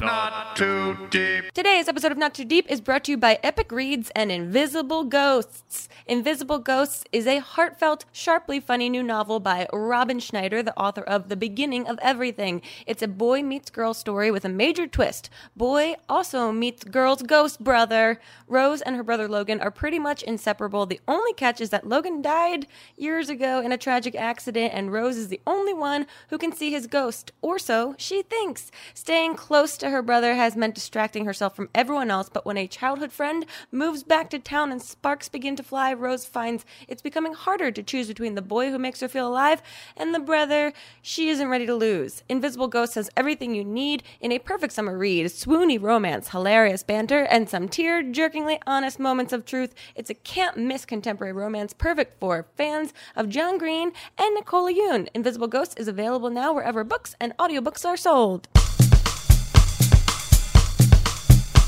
Not too deep. Today's episode of Not Too Deep is brought to you by Epic Reads and Invisible Ghosts. Invisible Ghosts is a heartfelt, sharply funny new novel by Robin Schneider, the author of The Beginning of Everything. It's a boy meets girl story with a major twist. Boy also meets girl's ghost brother. Rose and her brother Logan are pretty much inseparable. The only catch is that Logan died years ago in a tragic accident, and Rose is the only one who can see his ghost, or so she thinks. Staying close to her brother has meant distracting herself from everyone else, but when a childhood friend moves back to town and sparks begin to fly, Rose finds it's becoming harder to choose between the boy who makes her feel alive and the brother she isn't ready to lose. Invisible Ghost has everything you need in a perfect summer read swoony romance, hilarious banter, and some tear jerkingly honest moments of truth. It's a can't miss contemporary romance perfect for fans of John Green and Nicola Yoon. Invisible Ghost is available now wherever books and audiobooks are sold.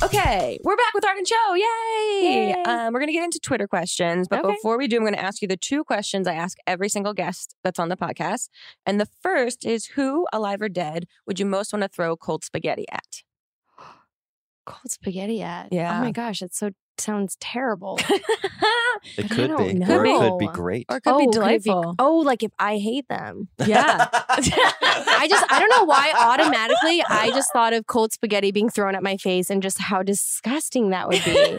Okay, we're back with Art and Joe. Yay! Yay. Um, we're going to get into Twitter questions, but Okay. before we do, I'm going to ask you the two questions I ask every single guest that's on the podcast. And the first is who, alive or dead, would you most want to throw cold spaghetti at? Cold spaghetti at. Yeah. Oh my gosh, that so sounds (laughs) terrible. It But I could don't be, or it could be know. great. Or it could oh, be could it delightful. (laughs) oh, like if I hate them. (laughs) yeah. I just I don't know why automatically I just thought of cold spaghetti being thrown at my face and just how disgusting (laughs) that would be. Fair.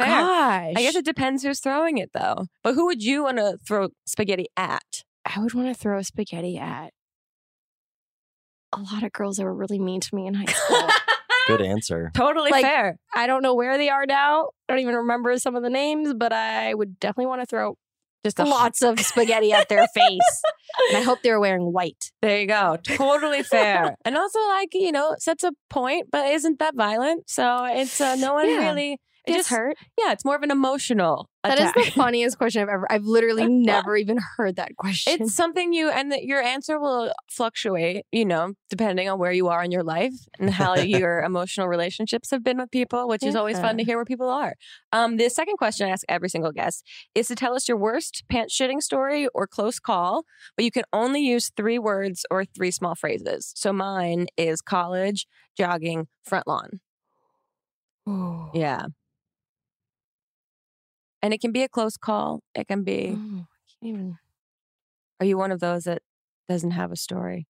Gosh. I guess it depends who's throwing it, though. But who would you want to throw spaghetti at? I would want to throw spaghetti at a lot of girls that were really mean to me in high (laughs) school. Good answer. Totally Like- fair. I don't know where they are now. I don't even remember some of the names, but I would definitely want to throw Just a lots of spaghetti at their face. And I hope they were wearing white. There you go. (laughs) Totally fair. and also, like, you know, sets a point, but isn't that violent? So it's uh, no one Yeah. really. It It just, just hurt. yeah, it's more of an emotional That is attack. (laughs) the funniest question I've ever. I've (laughs) literally never even heard that question. it's something you and that your answer will fluctuate, you know, depending on where you are in your life and how (laughs) your emotional relationships have been with people, which is always fun to Yeah. hear where people are. Um, the second question I ask every single guest is to tell us your worst pants shitting story or close call, but you can only use three words or three small phrases. So mine is college, jogging, front lawn. Yeah. And it can be a close call. It can be. Mm, I can't even- Are you one of those that doesn't have a story?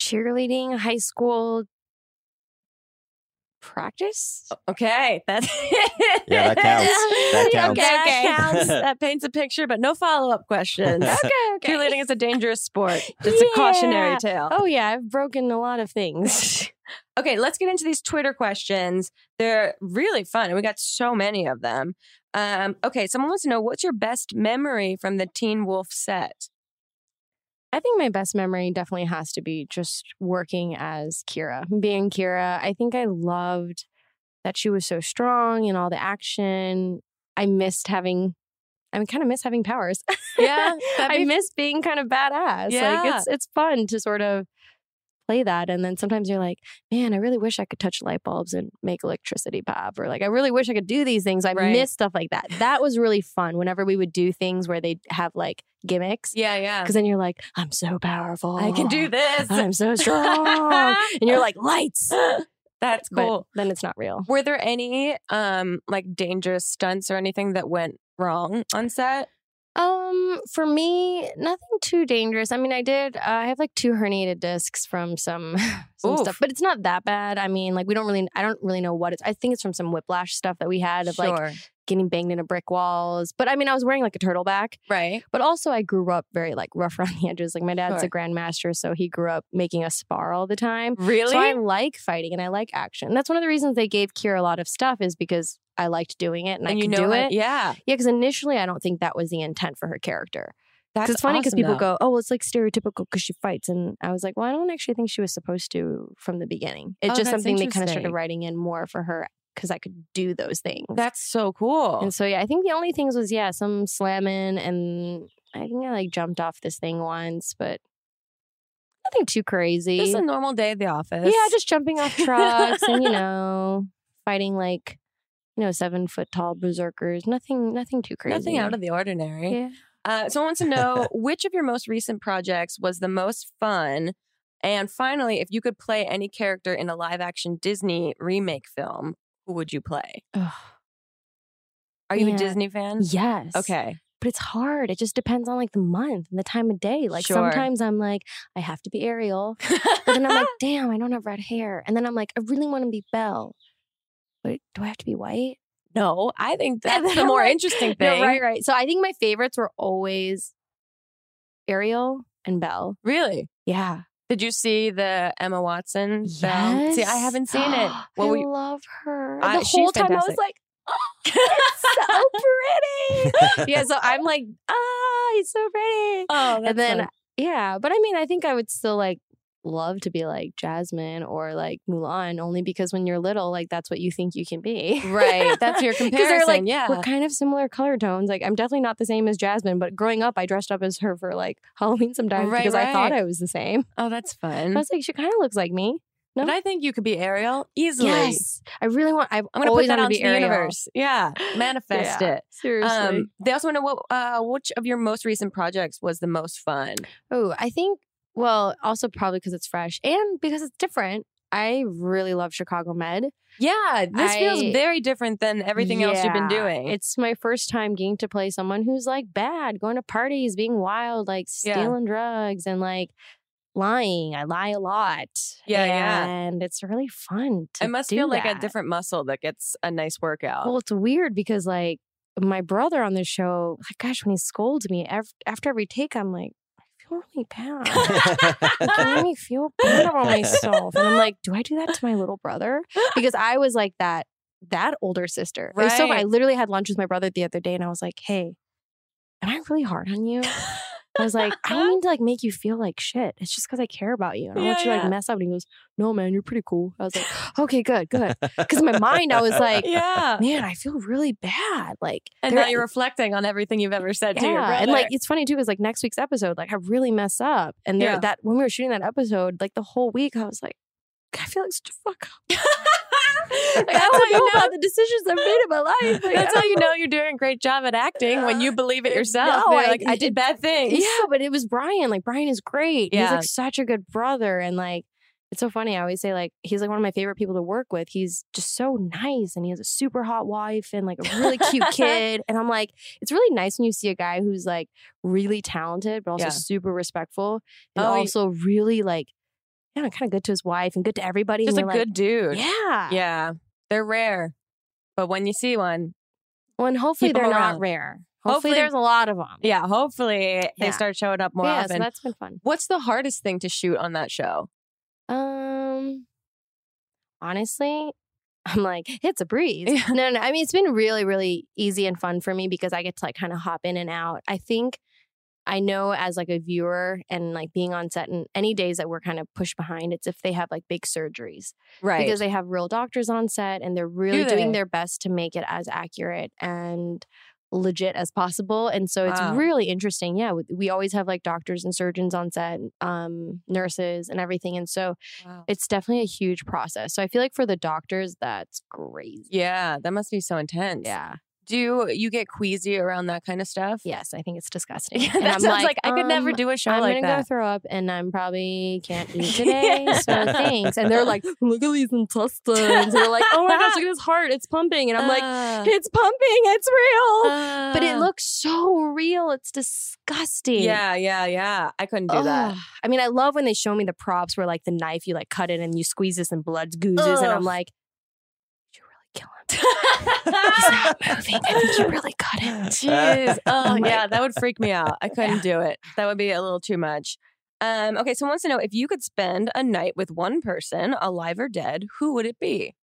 cheerleading, high school practice. Uh, Okay, that's it. (laughs) (laughs) Yeah, that counts. That counts. Okay, okay. That (laughs) That, paints a picture, but no follow up questions. Okay, okay. Cheerleading is a dangerous sport. It's a cautionary Yeah. tale. Oh yeah, I've broken a lot of things. (laughs) Okay, let's get into these Twitter questions. They're really fun, and we got so many of them. Um, okay, someone wants to know what's your best memory from the Teen Wolf set? I think my best memory definitely has to be just working as Kira, being Kira. I think I loved that she was so strong and all the action. I missed having, I kind of miss having powers. (laughs) that'd I be- miss being kind of badass. Yeah. Like it's it's fun to sort of play that. And then sometimes you're like, man, I really wish I could touch light bulbs and make electricity pop. Or like, I really wish I could do these things. I Right. miss stuff like that. That was really fun whenever we would do things where they'd have like gimmicks. yeah, (laughs) yeah. Cause then you're like, I'm so powerful. I can do this. (laughs) I'm so strong. and you're like, lights. That's But cool. then it's not real. Were there any um like dangerous stunts or anything that went wrong on set? Um, for me, nothing too dangerous. I mean, I did. Uh, I have like two herniated discs from some (laughs) some Oof. stuff, but it's not that bad. I mean, like we don't really. I don't really know what it's. I think it's from some whiplash stuff that we had of like getting banged into brick walls. But I mean, I was wearing like a turtleback. right. But also, I grew up very like rough (laughs) around the edges. Like my dad's Sure. a grandmaster, so he grew up making us spar all the time. Really? So I like fighting and I like action. That's one of the reasons they gave Kira a lot of stuff is because I liked doing it and, I could do how- it. Yeah. Yeah, because initially I don't think that was the intent for her character. That's 'Cause it's funny because awesome, people though. go, "Oh, well, it's like stereotypical because she fights," and I was like, "Well, I don't actually think she was supposed to from the beginning. It's Oh, that's just something they kind of started interesting. writing in more for her because I could do those things." That's so cool. and so yeah, I think the only things was yeah, some slamming and I think I like jumped off this thing once, but nothing too crazy. Just a normal day at the office. Yeah, just (laughs) jumping off trucks and you know fighting like you know seven foot tall berserkers. Nothing, nothing too crazy. nothing out of the ordinary. Yeah. (laughs) Uh, someone wants to know which of your most recent projects was the most fun And finally, if you could play any character in a live action Disney remake film, who would you play? Are you Man. a Disney fan? Yes. Okay. But it's hard. It just depends on like the month and the time of day. Like Sure. sometimes I'm like, I have to be Ariel. But then (laughs) I'm like, damn, I don't have red hair. And then I'm like, I really want to be Belle. But do I have to be white? (laughs) no, I (laughs) think that's And then the I'm more like- interesting No, thing. right, right. So I think my favorites were always Ariel and Belle. Really? Yeah. Did you see the Emma Watson film? See, I Yes. haven't seen (gasps) (gasps) it. Well, I we, love her. I- the she's whole time I was fantastic. like, oh, (laughs) it's so pretty. yeah, so I'm like, ah, he's so pretty. oh, that's and then fun. yeah, but I mean, I think I would still like love to be like Jasmine or like Mulan, only because when you're little, like that's what you think you can be. (laughs) (laughs) right, that's your Because Mm, comparison. they're like, yeah, we're kind of similar color tones. Like, I'm definitely not the same as Jasmine, but growing up, I dressed up as her for like (laughs) Halloween sometimes Right, because I thought right. I was the same. Oh, that's I fun. was like, she kind of looks like me. But I think you could be Ariel easily. Yes, I really want. I've I'm gonna always put that wanted out to into be the Ariel. universe. (gasps) Yeah, manifest Yeah. it. Seriously. Um, they also want to know what, uh, which of your most recent projects was the most fun. oh, I think. Well, also probably because it's fresh and because it's different. I really love Chicago Med. Yeah, this feels I- very different than everything else you've been Yeah. doing. It's my first time getting to play someone who's like bad, going to parties, being wild, like Yeah. stealing drugs and like lying. I lie a lot. Yeah, yeah. and it's really fun. To it must do feel like a uh that. different muscle that gets a nice workout. Well, it's weird because like my brother on the show, like, gosh, when he scolds me af- after every take, I'm like, I feel really bad. Like, it made me feel bad (laughs) about myself, and I'm like, do I do that to my little brother? Because I was like that that older sister. It was so funny. I Right. literally had lunch with my brother the other day, and I was like, hey, am I really hard on you? I was like, (laughs) I don't mean to like make you feel like shit. It's just because I care about you and I Yeah, want you to yeah. like mess up. And he goes, No, man, you're pretty cool. I was (laughs) like, Okay, good, good. (laughs) Because in my mind, I was (laughs) like, yeah. man, I feel really bad. Like, And they're- now you're reflecting on everything you've ever said to your brother. yeah, and like it's funny too because like next week's episode, like I really mess up, and there Yeah. that when we were shooting that episode, like the whole week, I was like, I feel like such a fuck up. (laughs) Like, I That's (laughs) don't how know you know. about the decisions I've made in my life. Like, I (laughs) That's how don't you know you're doing a great job at acting when (laughs) you believe it Uh, yourself. no, You're I- like, I did bad things. Yeah, but it was Brian. Like Brian is great. He's Yeah. like such a good brother and like it's so funny. I always say like he's like one of my favorite people to work with. He's just so nice and he has a super hot wife and like a really (laughs) cute kid. And I'm like, it's really nice when you see a guy who's like really talented but also Yeah. super respectful and Oh, y- also really like yeah, kind of good to his wife and good to everybody. Just a and you're good dude. like, yeah. Yeah. They're rare. But when you see one, Well, and hopefully Keep 'em they're around. not rare. Hopefully, Hopefully- there's a lot of them. yeah, hopefully they Yeah. start showing up more yeah so often. that's been fun. What's the hardest thing to shoot on that show? Um, honestly, I'm like, it's a breeze. No, no, I mean, it's been really, really easy and fun for me because I get to like kind of hop in and out. I think I know as like a viewer and like being on set and any days that we're kind of pushed behind, it's if they have like big surgeries Right. because they have real doctors on set and they're really Do doing they? their best to make it as accurate and legit as possible and so it's Wow. really interesting yeah we, we always have like doctors and surgeons on set um nurses and everything and so Wow. it's definitely a huge process. So I feel like for the doctors, that's crazy. yeah, that must be so intense. Yeah. Do you, you get queasy around that kind of stuff? (laughs) Yes, I think it's disgusting. (laughs) Yeah, And that I'm sounds like, I could never um, do a show (laughs) I'm like gonna go that. throw up, and I'm probably can't (laughs) eat today. So thanks. And they're like, look at these intestines. And they're like, oh my gosh, look at his heart, it's pumping. And I'm like, Uh. it's pumping, it's real. but it Ah. looks so real. It's disgusting. Yeah, yeah, yeah. I couldn't do that. (laughs) Ugh. I mean, I love when they show me the props where like the knife you like cut it and you squeeze this and blood goozes, and Ugh. I'm like, did you really kill him? He's not moving. I think you really (laughs) got it. Jeez. Oh, I'm like- yeah, that (laughs) would freak me out. I couldn't do it. That would be a little too much. Um, okay, so wants to know if you could spend a night with one person, alive or dead, who would it be?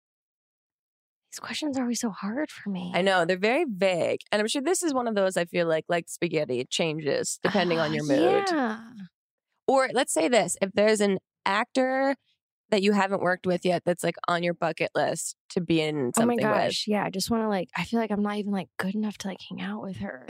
These questions are always so hard for me. I know they're very vague, and I'm sure this is one of those I feel like, like spaghetti, it changes depending on Ah, your mood. Yeah. Or let's say this: if there's an actor that you haven't worked with yet, that's like on your bucket list to be in Oh my something with. gosh. Yeah. I just want to like, I feel like I'm not even like good enough to like hang out with her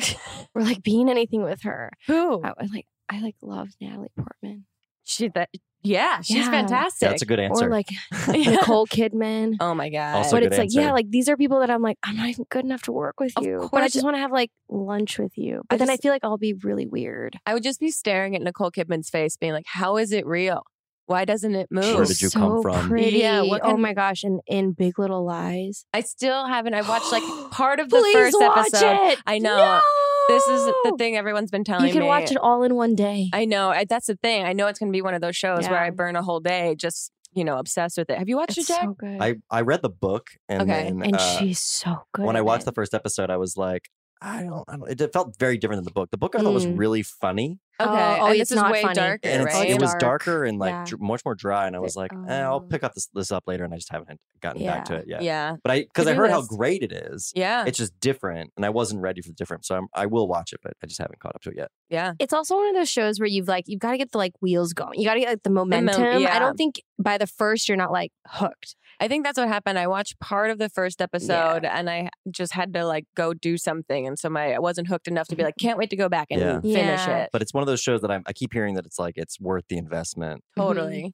or like be in anything with her. Who? I was like, I like love Natalie Portman She that? Yeah, she's Yeah. fantastic. That's a good answer. (laughs) or like (laughs) Yeah. Nicole Kidman. Oh my god! Also but good it's like, yeah, answer. like these are people that I'm like, I'm not even good enough to work with Of you. But I course. just want to have like lunch with you. But I then I just- feel like I'll be really weird. I would just be staring at Nicole Kidman's face, being like, "How is it real? Why doesn't it move? Where did you so come from? Pretty. Yeah, what oh kind- my gosh. And in Big Little Lies. I still haven't. I watched (gasps) like (gasps) (gasps) part of the Please first watch episode. it. I know. This is the thing everyone's been telling You can me. watch it all in one day. I know. I, that's the thing. I know it's going to be one of those shows where Yeah. I burn a whole day just, you know, obsessed with it. Have you watched it's it, Jack? so good. I, I read the book and Okay, then and uh, she's so good. when I at watched it. the first episode, I was like, I don't, I don't. It felt very different than the book. The book I thought was Mm. really funny, okay. Oh, oh, and it's this is not way funny. darker, and it's, Oh, right? it was dark. darker and like Yeah. dr- much more dry. And I was like, eh, I'll Oh. pick up this this up later, and I just haven't gotten back to Yeah. it yet. yeah. But I because I To-do heard how list. great it is. (laughs) Yeah. It's just different, and I wasn't ready for the different. So I'm, I will watch it, but I just haven't caught up to it yet. yeah. it's also one of those shows where you've like you've got to get the like wheels going. You got to get like the momentum. yeah. I don't think by the first you're not like hooked. I think that's what happened. I watched part of the first episode and I just had to like go do something. And so my, I wasn't hooked enough to be like, can't wait to go back and Yeah. finish Yeah. it. But it's one of those shows that I'm, I keep hearing that it's like it's worth the investment. Totally.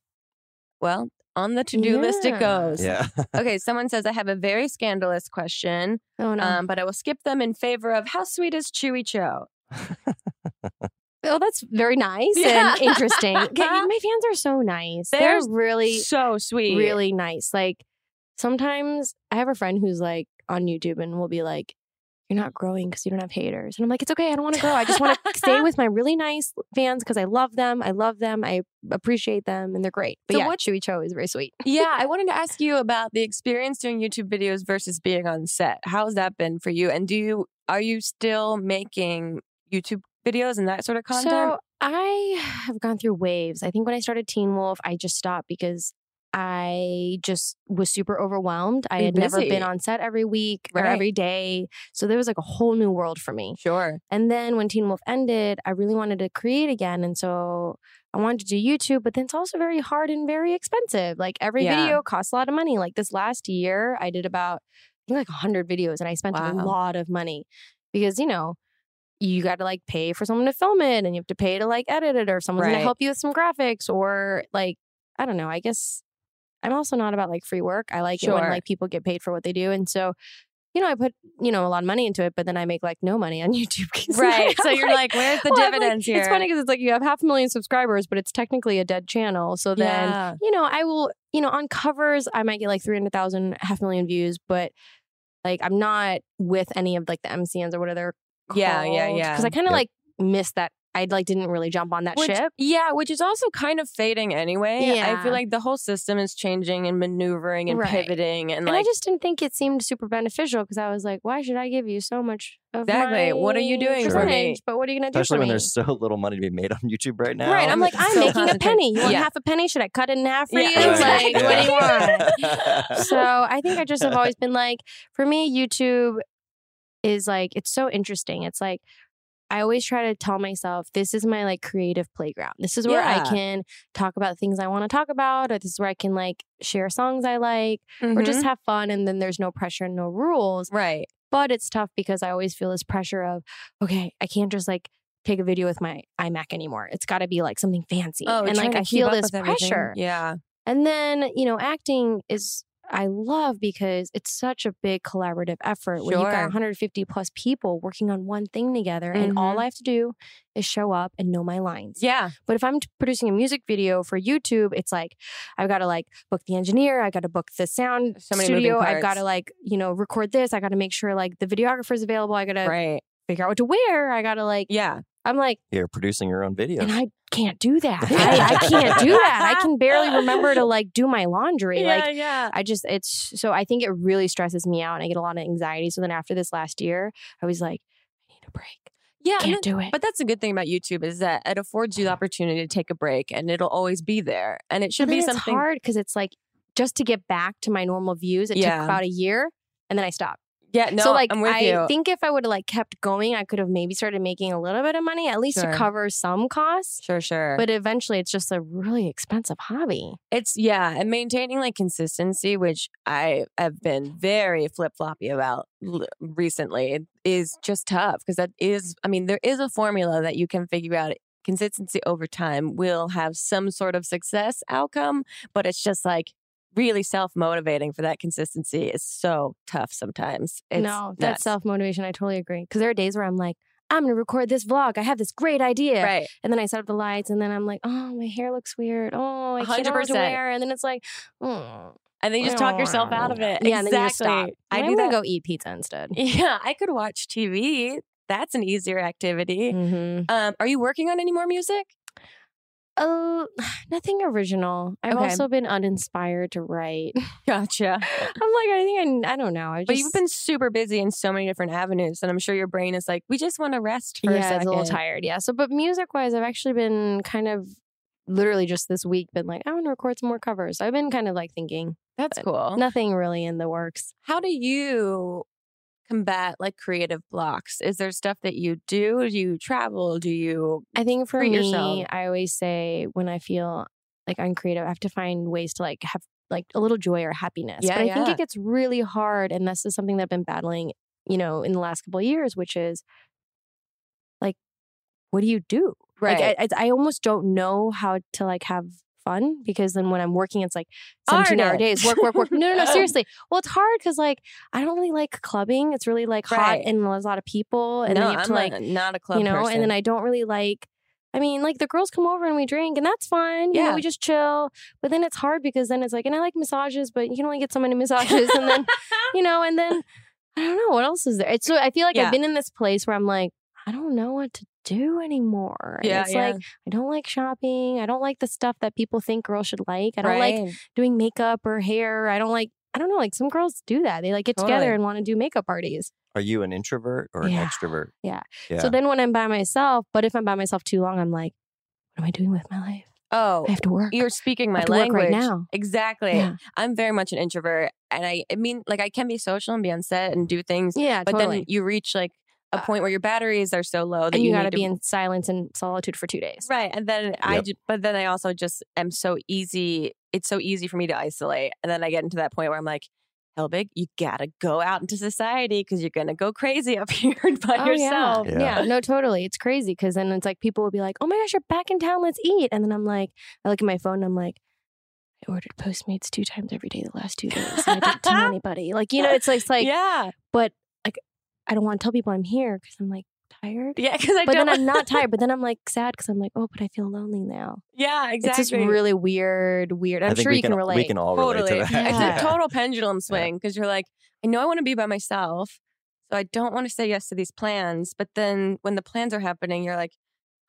Well, on the to do list it Mm-hmm. Yeah. goes. Yeah, (laughs) Okay, someone says I have a very scandalous question, Oh no. um, but I will skip them in favor of how sweet is Chewy Cho? oh, that's very (laughs) nice Yeah. and interesting. Okay, my fans are so (laughs) nice. They're They're, really, So sweet, really nice. Like sometimes I have a friend who's like on YouTube and will be like, "You're not growing because you don't have haters," and I'm like, "It's okay. I don't want to grow. I just want to (laughs) stay with my really nice fans because I love them. I love them. I appreciate them, and they're great." But So yeah, what- Chewy Cho is very sweet. yeah, I (laughs) wanted to ask you about the experience doing YouTube videos versus being on set. How's that been for you? And do you are you still making YouTube videos and that sort of content? So I have gone through waves. I think when I started Teen Wolf, I just stopped because I just was super overwhelmed. I You're had never busy. been on set every week or Right. every day. So there was like a whole new world for me. sure. And then when Teen Wolf ended, I really wanted to create again. And so I wanted to do YouTube, but then it's also very hard and very expensive. Like every Yeah. video costs a lot of money. Like this last year, I did about, I think like 100 videos and I spent Wow. a lot of money because, you know, you got to like pay for someone to film it and you have to pay to like edit it or someone's going Right. to help you with some graphics or like, I don't know, I guess I'm also not about like free work. I like it Sure. when like people get paid for what they do. And so, you know, I put, you know, a lot of money into it, but then I make like no money on (laughs) YouTube. 'cause Right. (laughs) I'm So (laughs) you're like, where's the well, I'm like- dividends here? It's funny because it's like you have half a million subscribers, but it's technically a dead channel. So then, yeah. you know, I will, you know, on covers, I might get like 300,000, half million views, but like I'm not with any of like the MCNs or whatever. They're Yeah, yeah, yeah. Because I kind of Yep. like missed that. I like didn't really jump on that Which- ship. Yeah, which is also kind of fading anyway. I Yeah. feel like the whole system is changing and maneuvering and Right. pivoting and, And like I just didn't think it seemed super beneficial because I was like, why should I give you so much of Exactly. my What are you doing for me? percentage? But what are you going to do especially for when me? there's so little money to be made on YouTube right now. Right. I'm like, I'm (laughs) So making a concentrate. penny. You want Yeah. half a penny? Should I cut it in half for Yeah, (laughs) you? exactly. Like, what do you want? want? (laughs) so I think I just have always been like, for me, YouTube is like, it's so interesting. It's like, I always try to tell myself, this is my like creative playground. This is where Yeah. I can talk about things I want to talk about, or this is where I can like share songs I like, or Mm-hmm. just Mm-hmm. have fun. And then there's no pressure and no rules. right. But it's tough because I always feel this pressure of, okay, I can't just like take a video with my iMac anymore. It's got to be like something fancy. and Oh, trying like to I keep feel up this with everything. pressure. Yeah. And then, you know, acting is I love because it's such a big collaborative effort when you've Sure. got 150 plus people working on one thing together and all Mhm. I have to do is show up and know my lines. Yeah. But if I'm t- producing a music video for YouTube, it's like I've got to like book the engineer, I got to book the sound So many moving studio, I've got parts. to like, you know, record this, I got to make sure like the videographer's available, I got to Right. figure out what to wear, I got to like Yeah. I'm like You're producing your own video. and I can't do that. I, I can't do that. I can barely remember to like do my laundry. Yeah. Like yeah. I just it's so I think it really stresses me out and I get a lot of anxiety. So then after this last year, I was like, I need a break. Yeah. I and can't do it. But that's the good thing about YouTube is that it affords you the opportunity to take a break and it'll always be there. And it should But be then something it's hard because it's like just to get back to my normal views, it Yeah. took about a year and then I stopped. Yeah, no, so like I'm with I you. think if I would have like kept going, I could have maybe started making a little bit of money, at least Sure. to cover some costs. sure, sure. But eventually it's just a really expensive hobby. It's yeah, and maintaining like consistency, which I have been very flip floppy about l- recently, is just tough because that is, I mean, there is a formula that you can figure out. Consistency over time will have some sort of success outcome, but it's just like really self motivating for that consistency is so tough sometimes. It's no, that's nuts. self motivation. I totally agree. Because there are days where I'm like, I'm going to record this vlog. I have this great idea. Right. And then I set up the lights, and then I'm like, oh, my hair looks weird. Oh, I can't know what to 100%. wear. And then it's like, oh. And then you just talk yourself out of it. Yeah, and exactly. then you just stop. I I'm do that. gonna go eat pizza instead. (laughs) Yeah, I could watch TV. That's an easier activity. Mm-hmm. Um, are you working on any more music? Oh, (sighs) nothing original. I've Okay. also been uninspired (laughs) to write. (laughs) I'm like, Gotcha. I think I, I don't know. I just, But you've been super busy in so many different avenues, and I'm sure your brain is like, we just want to rest for a yeah, I was second. a little tired. Yeah. So, but music wise, I've actually been kind of literally just this week been like, I want to record some more covers. I've been kind of like thinking That's cool. nothing really in the works. How do you combat like creative blocks? Is there stuff that you do? Do you travel? Do you? I think for Treat me, yourself. I always say when I feel like I'm creative, I have to find ways to like have like a little joy or happiness. Yeah, but I think yeah. it gets really hard, and this is something that I've been battling, you know, in the last couple of years, which is like, what do you do? Like, I, I, I almost don't know how to like have fun because then when I'm working, it's like 17 hour Artist. days, work, work, work. No, no, (laughs) no, Oh. seriously. Well, it's hard because like I don't really like clubbing. It's really like hot Right. and there's a lot of people, and then no, you have I'm to like like not a club you know, person. and then I don't really like. I mean, like the girls come over and we drink, and that's fine. You know, Yeah. we just chill. But then it's hard because then it's like, and I like massages, but you can only get so many massages, (laughs) and then you know, and then I don't know what else is there. It's so I feel like Yeah. I've been in this place where I'm like, I don't know what to do anymore. And yeah, it's yeah. like I don't like shopping. I don't like the stuff that people think girls should like. I don't like doing makeup or hair. I don't like. I don't know. Like some girls do that. They like get together Totally. and want to do makeup parties. Are you an introvert or Yeah. an extrovert? Yeah. Yeah. So then when I'm by myself, but if I'm by myself too long, I'm like, what am I doing with my life? Oh, I have to work. you're speaking my have to work language right now. Exactly. Yeah. I'm very much an introvert, and I, I mean, like I can be social and be on set and do things, yeah, but totally. then you reach like a Uh, point where your batteries are so low that and you, need got to to be in silence and solitude for two days. Right. And then I, Yep. ju- but then I also just am so easy. It's so easy for me to isolate. And then I get into that point where I'm like, Helbig, you gotta go out into society because you're gonna go crazy (laughs) up here by Oh, yeah. yourself. (laughs) yeah. no, totally. It's crazy because then it's like people will be like, oh my gosh, you're back in town. Let's eat. And then I'm like, I look at my phone and I'm like, I ordered Postmates two times every day the last two days. And I (laughs) didn't tell anybody. Like, you know, it's like, it's like yeah. I don't want to tell people I'm here because I'm like tired. Yeah. Because I But don't. then I'm not tired. But then I'm like sad because I'm like, oh, but I feel lonely now. (laughs) yeah. Exactly. It's just really weird, weird. I'm I think sure we you can, relate. We can all totally. relate to that. Yeah. (laughs) (laughs) It's a total pendulum swing because you're like, I know I want to be by myself, so I don't want to say yes to these plans. But then when the plans are happening, you're like,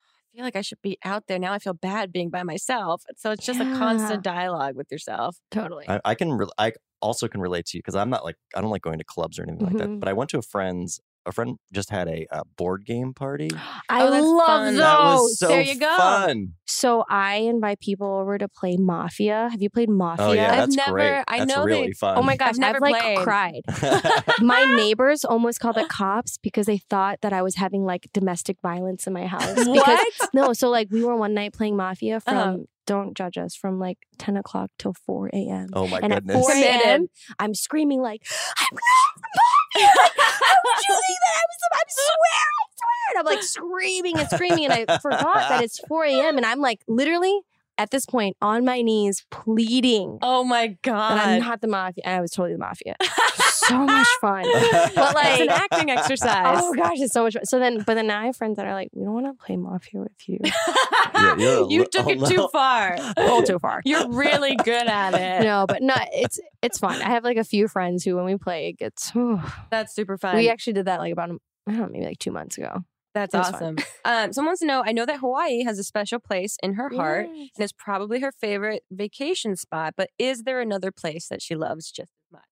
I feel like I should be out there now. I feel bad being by myself. So it's just a constant dialogue with yourself. totally. I, I can. Re- I also can relate to you because I'm not like I don't like going to clubs or anything like that. Mhm. But I went to a friend's. A friend just had a, uh board game party. I Oh, that's love fun. those. that was so there you go. fun. so I invite people over to play Mafia. Have you played Mafia? Oh yeah, I've that's never- great. I that's know they- really fun. (laughs) Oh my gosh, I've I've, never like played. cried. god. (laughs) My neighbors almost called the cops because they thought that I was having like domestic violence in my house. Because no, so like we were one night playing Mafia from Uh-huh. don't judge us from like ten o'clock till four a.m. oh my and at goodness. four a.m., Committed. I'm screaming like, "I'm (laughs) not from Mafia! How (laughs) would you say that? I was, I'm swear, I swear!" And I'm like screaming and screaming, and (laughs) I forgot that it's four a.m. and I'm like literally at this point on my knees pleading (laughs) Oh my that I'm god! (laughs) not the mafia, and I was totally the mafia. (laughs) so much fun. Oh But it's an like, acting (laughs) exercise. oh gosh, it's so much fun. So then, but then now I have friends that are like, we don't want to play mafia with you. Yeah, you're a (laughs) oh you li- took a it too little- (laughs) far. A Oh. little too far. You're really good at it. No, but no, it's it's fun. I have like a few friends who, when we play, it gets. (sighs) oh, That's super fun. we actually did that like about a- I don't know, maybe like two months ago. That's It was fun. awesome. Um, someone wants to know. I know that Hawaii has a special place in her heart, and it's probably her favorite vacation spot. But is there another place that she loves just as much?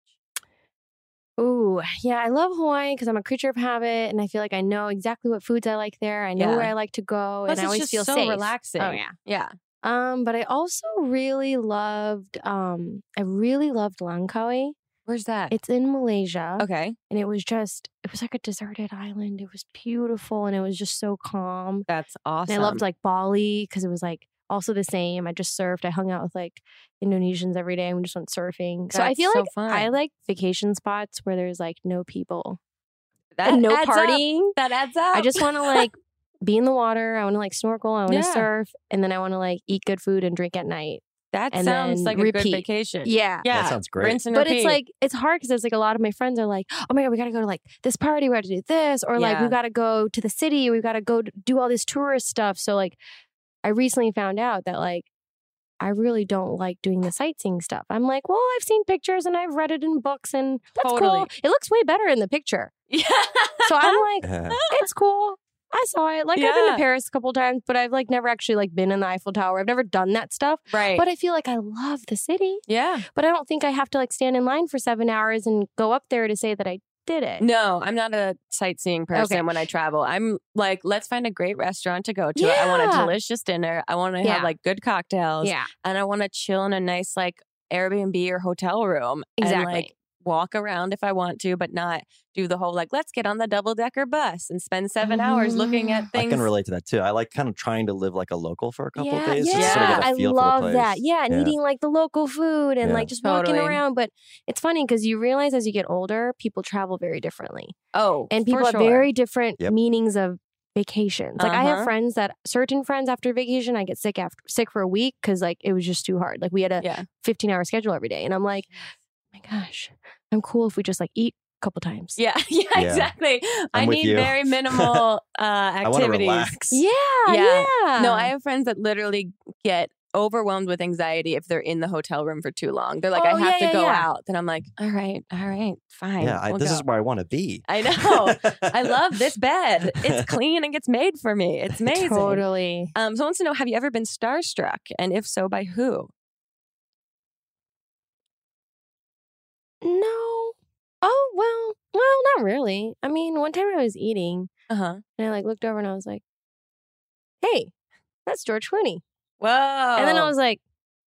Ooh, yeah, I love Hawaii because I'm a creature of habit, and I feel like I know exactly what foods I like there. I know Yeah. where I like to go, Plus, and I it's always just feel so safe. relaxing. Oh yeah. Yeah. Um, but I also really loved um I really loved Langkawi. Where's that? Oh, It's in Malaysia. okay. And it was just it was like a deserted island. It was beautiful and it was just so calm. That's awesome. And I loved like Bali because it was like also the same. I just surfed. I hung out with like Indonesians every day and we just went surfing. so I That's feel so like I fun. like vacation spots where there's like no people. that. and no adds up. partying. That adds up. I just want to like be in the water. I want to like snorkel. I want to Yeah. surf, and then I want to like eat good food and drink at night. (laughs) That and sounds then like a repeat. good vacation. Yeah. Yeah. That sounds great. (laughs) Rinse and But repeat. it's like it's hard because it's like a lot of my friends are like, "Oh my god, we got to go to like this party, we got to do this," or like Yeah. we got to go to the city, we got to go d- do all this tourist stuff. So like, I recently found out that like I really don't like doing the sightseeing stuff. I'm like, well, I've seen pictures and I've read it in books, and that's cool. Totally. It looks way better in the picture, (laughs) yeah. so I'm like, Yeah. (laughs) it's cool. I saw it. Like I've been to Yeah. Paris a couple times, but I've like never actually like been in the Eiffel Tower. I've never done that stuff. right. But I feel like I love the city yeah. but I don't think I have to like stand in line for seven hours and go up there to say that I did it. No, I'm not a sightseeing person Okay. when I travel. I'm like, let's find a great restaurant to go to. I want a Yeah. delicious dinner. I want to Yeah. have like good cocktails. Yeah, And I want to chill in a nice like Airbnb or hotel room. And Exactly. like walk around if I want to, but not do the whole like, let's get on the double decker bus and spend seven hours looking Ah. at I things. can relate to that too. I like kind of trying to live like a local for a couple yeah, of days. yeah. Just to sort of get a I feel love for the place. that. Yeah, and Yeah. eating like the local food and Yeah. like just walking Totally. around. But it's funny because you realize as you get older, people travel very differently, Oh, for and people sure. have very different Yep. meanings of vacations. Like I have Uh-huh. friends that certain friends after vacation, I get sick after sick for a week because like it was just too hard. Like we had a yeah. 15 hour schedule every day, and I'm like, oh my gosh, I'm cool if we just like eat a couple times. (laughs) yeah, yeah, Yeah. exactly. i I'm with need you. (laughs) very minimal uh, I want to activities. relax. Yeah, Yeah. yeah. No, I have friends that literally get overwhelmed with anxiety if they're in the hotel room for too long. They're like, Oh, I have yeah, to yeah, go yeah. out. Then I'm like, all right, all right, fine. Yeah, I, we'll this go." is where I want to be. I know. (laughs) I love this bed. It's clean and gets made for me. It's amazing. (laughs) Totally. Um, someone wants to know, have you ever been starstruck? And if so, by who? No. Oh well, well, not really. I mean, one time I was eating Uh-huh. and I like looked over and I was like, "Hey, that's George Clooney." Whoa. And then I was like,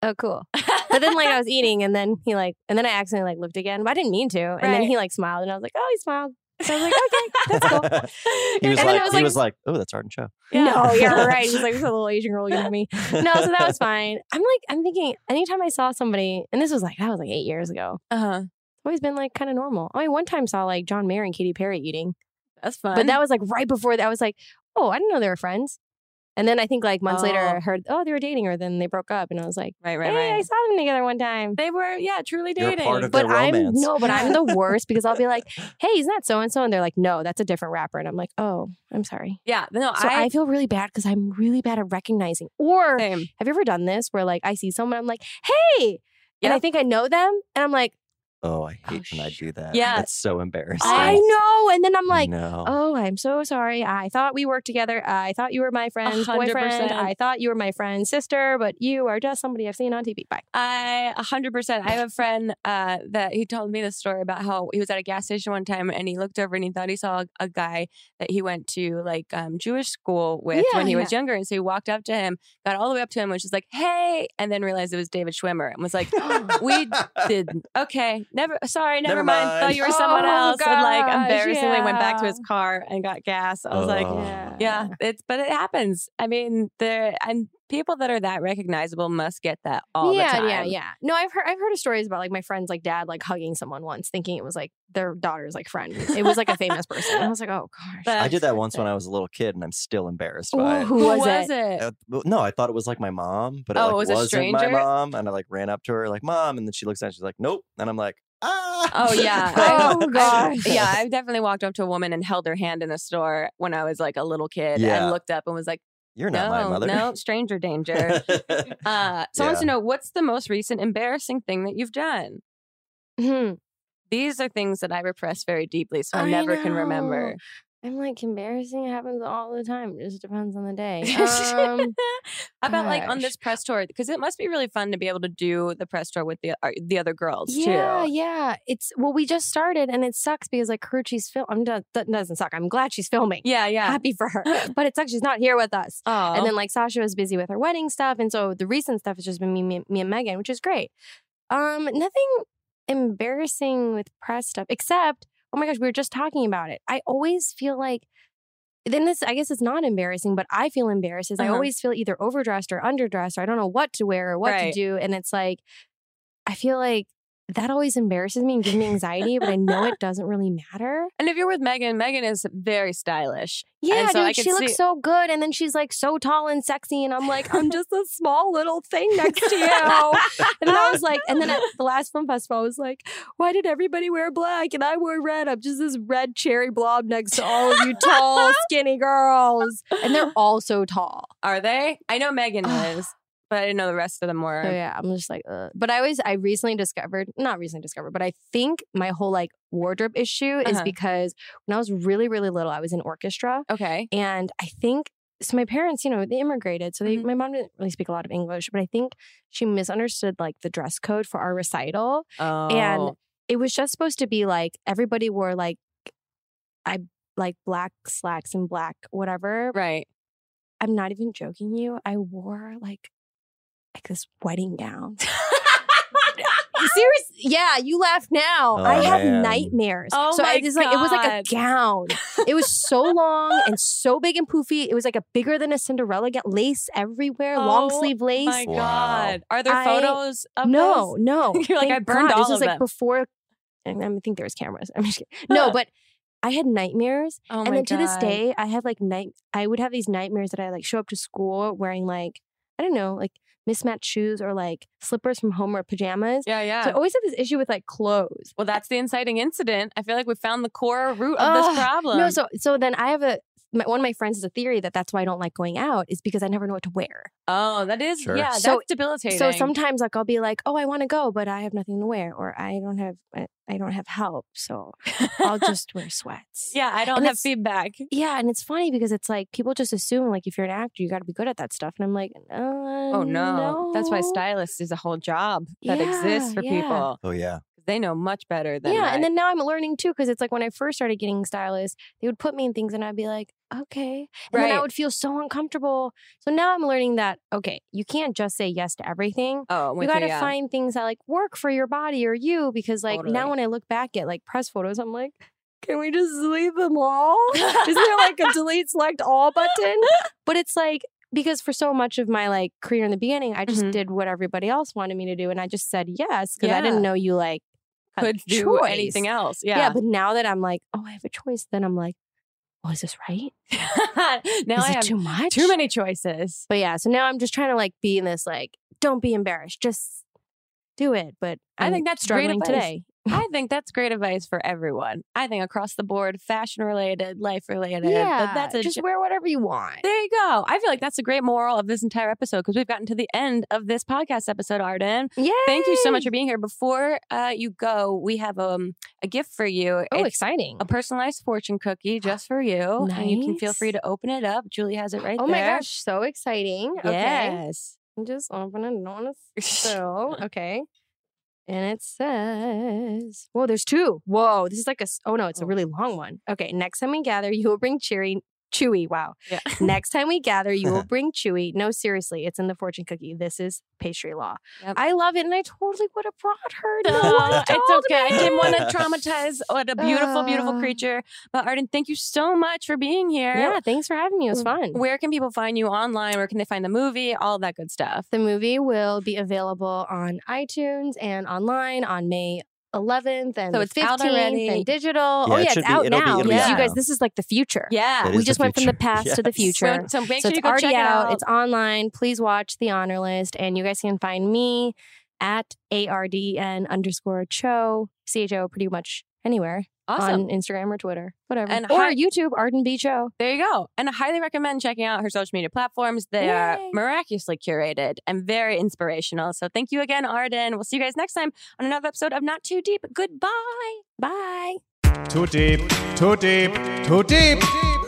"Oh, cool." But then like I was eating and then he like and then I accidentally like looked again, but I didn't mean to. And then Right. he like smiled and I was like, "Oh, he smiled." So I was like, "Okay, that's cool." (laughs) he was And then I like, was he like- was like, oh, that's Art and Show. No, you're right. He's like this little Asian girl looking at me. No, so (laughs) that was fine. I'm like, I'm thinking anytime I saw somebody, and this was like that was like eight years ago. (laughs) uh-huh. It's always been like kind of normal. I mean, one time saw like John Mayer and Katy Perry eating. That's fun. But that was like right before that. I was like, oh, I didn't know they were friends. And then I think like months later, Oh. I heard, oh, they were dating, or then they broke up. And I was like, right, hey, right, I right. saw them together one time. They were, yeah, truly You're dating. part of But their I'm romance. no, but (laughs) I'm the worst because I'll be like, hey, isn't that so and so? And they're like, no, that's a different rapper. And I'm like, oh, I'm sorry. yeah, no, So I, I, feel really bad because I'm really bad at recognizing. (laughs) Or same. have you ever done this where like I see someone, I'm like, hey, and I Yep. think I know them, and I'm like, Oh, I Oh, hate when I do that. Yeah. That's so embarrassing. (laughs) I know, and then I'm like, no. Oh, I'm so sorry. I thought we worked together. I thought you were my friend's hundred boyfriend. percent. I thought you were my friend's sister, but you are just somebody I've seen on TV. Bye. I a hundred percent. I have a friend uh, that he told me this story about how he was at a gas station one time and he looked over and he thought he saw a, a guy that he went to like um, Jewish school with Yeah, when he was younger, and so he walked up to him, got all the way up to him, was just like, "Hey," and then realized it was David Schwimmer and was like, oh, (laughs) "We did okay, never sorry, never, Never mind. mind. Thought you were someone Oh, else." And like gosh, embarrassingly went back to yeah. his car and got gas. I was like, Oh. yeah, it's but it happens. I mean, there and people that are that recognizable must get that all yeah, the time. yeah, yeah. No, I've heard I've heard of stories about like my friend's like dad like hugging someone once, thinking it was like their daughter's like friend. It was like a famous person. And I was like, oh gosh. That- I did that once when I was a little kid, and I'm still embarrassed by Ooh, it. who was, it? Uh, well, no, I thought it was like my mom, but it Oh, like, it was a not my stranger? mom. And I like ran up to her like, "Mom," and then she looks at it, she's like, "Nope," and I'm like, "Ah." Oh (laughs) yeah. Oh, I- I- gosh. yeah, (laughs) I've definitely walked up to a woman and held her hand in a store when I was like a little kid Yeah. and looked up and was like, You're not my "No, mother. no, stranger (laughs) danger." Uh, so I want to know what's the most recent embarrassing thing that you've done. Hmm. These are things that I repress very deeply, so I, I never can know. remember. I'm like embarrassing happens all the time. It just depends on the (laughs) day. Um, How About like on gosh. this press tour because it must be really fun to be able to do the press tour with the uh, the other girls Yeah, too. yeah. It's well, we just started, and it sucks because like Carucci's film. I'm not, that doesn't suck. I'm glad she's filming. Yeah, yeah. Happy (laughs) for her, but it sucks she's not here with us. Oh, And then like Sasha was busy with her wedding stuff, and so the recent stuff has just been me, me, me and Megan, which is great. Um, nothing embarrassing with press stuff except oh my gosh, we were just talking about it. I always feel like. Then this, I guess it's not embarrassing, but I feel embarrassed. Is I Uh-huh. always feel either overdressed or underdressed, or I don't know what to wear or what Right. to do, and it's like I feel like that always embarrasses me and gives me anxiety, but I know (laughs) it doesn't really matter. And if you're with Megan, Megan is very stylish. Yeah, so I dude, could she looks see- so good, and then she's like so tall and sexy, and I'm like, I'm just a small little thing next to you. and then I was like, and then at the last film festival, I was like, why did everybody wear black and I wore red? I'm just this red cherry blob next to all of you tall, skinny girls, and they're all so tall. Are they? I know Megan Ugh. is, but I didn't know the rest of them were. So Oh, yeah, I'm just like, Ugh. but I always, I recently discovered, not recently discovered, but I think my whole like wardrobe issue is Uh-huh. because when I was really, really little, I was in orchestra. Okay. And I think so my parents, you know, they immigrated. So they Mhm. my mom didn't really speak a lot of English, but I think she misunderstood like the dress code for our recital. Oh. And it was just supposed to be like everybody wore like I like black slacks and black whatever. right. I'm not even joking you. I wore like like this wedding (laughs) gown. (laughs) Serious? Yeah, you laugh now. Oh, I have man. nightmares. Oh so I, my it's like it was like a God. gown. It was (laughs) so long and so big and poofy. It was like a bigger than a Cinderella gown. Lace everywhere, long Oh sleeve lace. My Wow. God. Are there I- photos of no, (laughs) no. You're like, Thank I burned God. all This was of like them. before. I, I think there was cameras. (laughs) I'm just kidding. (laughs) No, but I had nightmares those? Oh my and then to this God. day, I have like night. I would have these nightmares that I like show up to school wearing like I don't know, like mismatched shoes or like slippers from home or pajamas. Yeah, yeah. So I always have this issue with like clothes. well, that's the inciting incident. I feel like we found the core root of Ugh. this problem. No, so so then I have a my, one of my friends has a theory that that's why I don't like going out is because I never know what to wear. oh, that is Sure. yeah, So- that's debilitating. (laughs) So sometimes like I'll be like, oh, I want to go, but I have nothing to wear, or I don't have I, I don't have help, so I'll just wear sweats. (laughs) yeah, I don't and have it's- feedback. Yeah, and it's funny because it's like people just assume like if you're an actor, you got to be good at that stuff, and I'm like, uh, Oh no. That's why no." stylist is a whole job that exists Yeah, for yeah. people. Oh yeah. They know much better than yeah, and I- then now I'm learning too because it's like when I first started getting stylists, they would put me in things and I'd be like, okay, and then I Right. would feel so uncomfortable. So now I'm learning that okay, you can't just say yes to everything. oh, I'm you with got to yeah. find things that like work for your body or you because like now Totally. when I look back at like press photos, I'm like, can we just delete (laughs) them all? Is there like a delete select all button? But it's like because for so much of my like career in the beginning, I just Mhm. did what everybody else wanted me to do, and I just said yes because I didn't Yeah. know you like had a could do choice. anything else. Yeah. Yeah. but now that I'm like, oh, I have a choice, then I'm like, oh, is this right? (laughs) now is I it have too much? too many choices. But yeah, so now I'm just trying to like be in this like, don't be embarrassed, just do it. But I i think that's great Oh, struggling advice. today. I think that's great advice for everyone. I think across the board, fashion related, life related. that Yeah, that's a just ju- wear whatever you want. there you go. I feel like that's a great moral of this entire episode because we've gotten to the end of this podcast episode, Arden. Yeah, Thank you so much for being here. Before uh, you go, we have um, a gift for you. Oh, It's exciting! Ah, a personalized fortune cookie just for you. And you can feel Nice. free to open it up. Julie has it right Oh there. my gosh, so exciting! Okay, Yes. I'm just opening it on a (laughs) (laughs) so (laughs) okay. And it says, "Whoa, there's two. Whoa, this is like a. s- Oh no, it's a Oh. really long one. Okay, next time we gather, you will bring cheery, chewy. Wow, Yeah. Next time we gather, you (laughs) will bring Chewy. No, seriously, it's in the fortune cookie. This is pastry law. Yep. I love it, and I totally would have brought her. (laughs) No, one Uh, it's told okay. I didn't me. want to traumatize what a beautiful, beautiful Uh. creature. But Arden, thank you so much for being here. Yeah, thanks for having me. It Mm. was fun. Where can people find you online? Where can they find the movie? All that good stuff. The movie will be available on iTunes and online on May 11th and So the it's 15th out already. and digital. Yeah, oh it yeah, should it's be- out it'll be- now. it'll be Yeah. You out. guys, this is like the future. Yeah. It is we the just went from the future. (laughs) past to the Yes. future. So, so make so sure it's you go already check it out. out. It's online. Please watch The Honor List, and you guys can find me at ARDN underscore Cho, CHO, pretty much anywhere awesome. on Instagram or Twitter, whatever. And or hi- YouTube, Arden B. Cho. There you go. And I highly recommend checking out her social media platforms. They are Yay. miraculously curated and very inspirational. So thank you again, Arden. We'll see you guys next time on another episode of Not Too Deep. Goodbye. Bye. Too deep, too deep, too deep,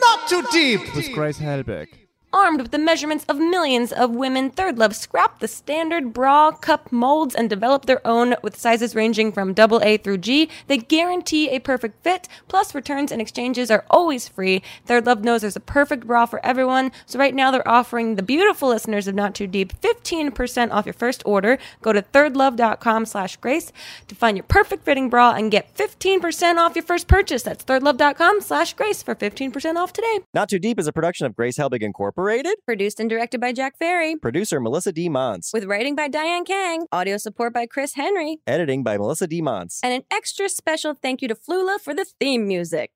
not too deep with Grace Helbig. Armed with the measurements of millions of women, Third Love scrapped the standard bra cup molds and developed their own with sizes ranging from AA through G. They guarantee a perfect fit, plus returns and exchanges are always free. Third Love knows there's a perfect bra for everyone, so right now they're offering the beautiful listeners of Not Too Deep 15% off your first order. Go to thirdlove.com slash grace to find your perfect fitting bra and get 15% off your first purchase. That's thirdlove.com slash grace for 15% off today. Not Too Deep is a production of Grace Helbig Incorporated. Incorporated. Produced and directed by Jack Ferry. Producer Melissa D. Mons. With writing by Diane Kang. Audio support by Chris Henry. Editing by Melissa D. Mons. And an extra special thank you to Flula for the theme music.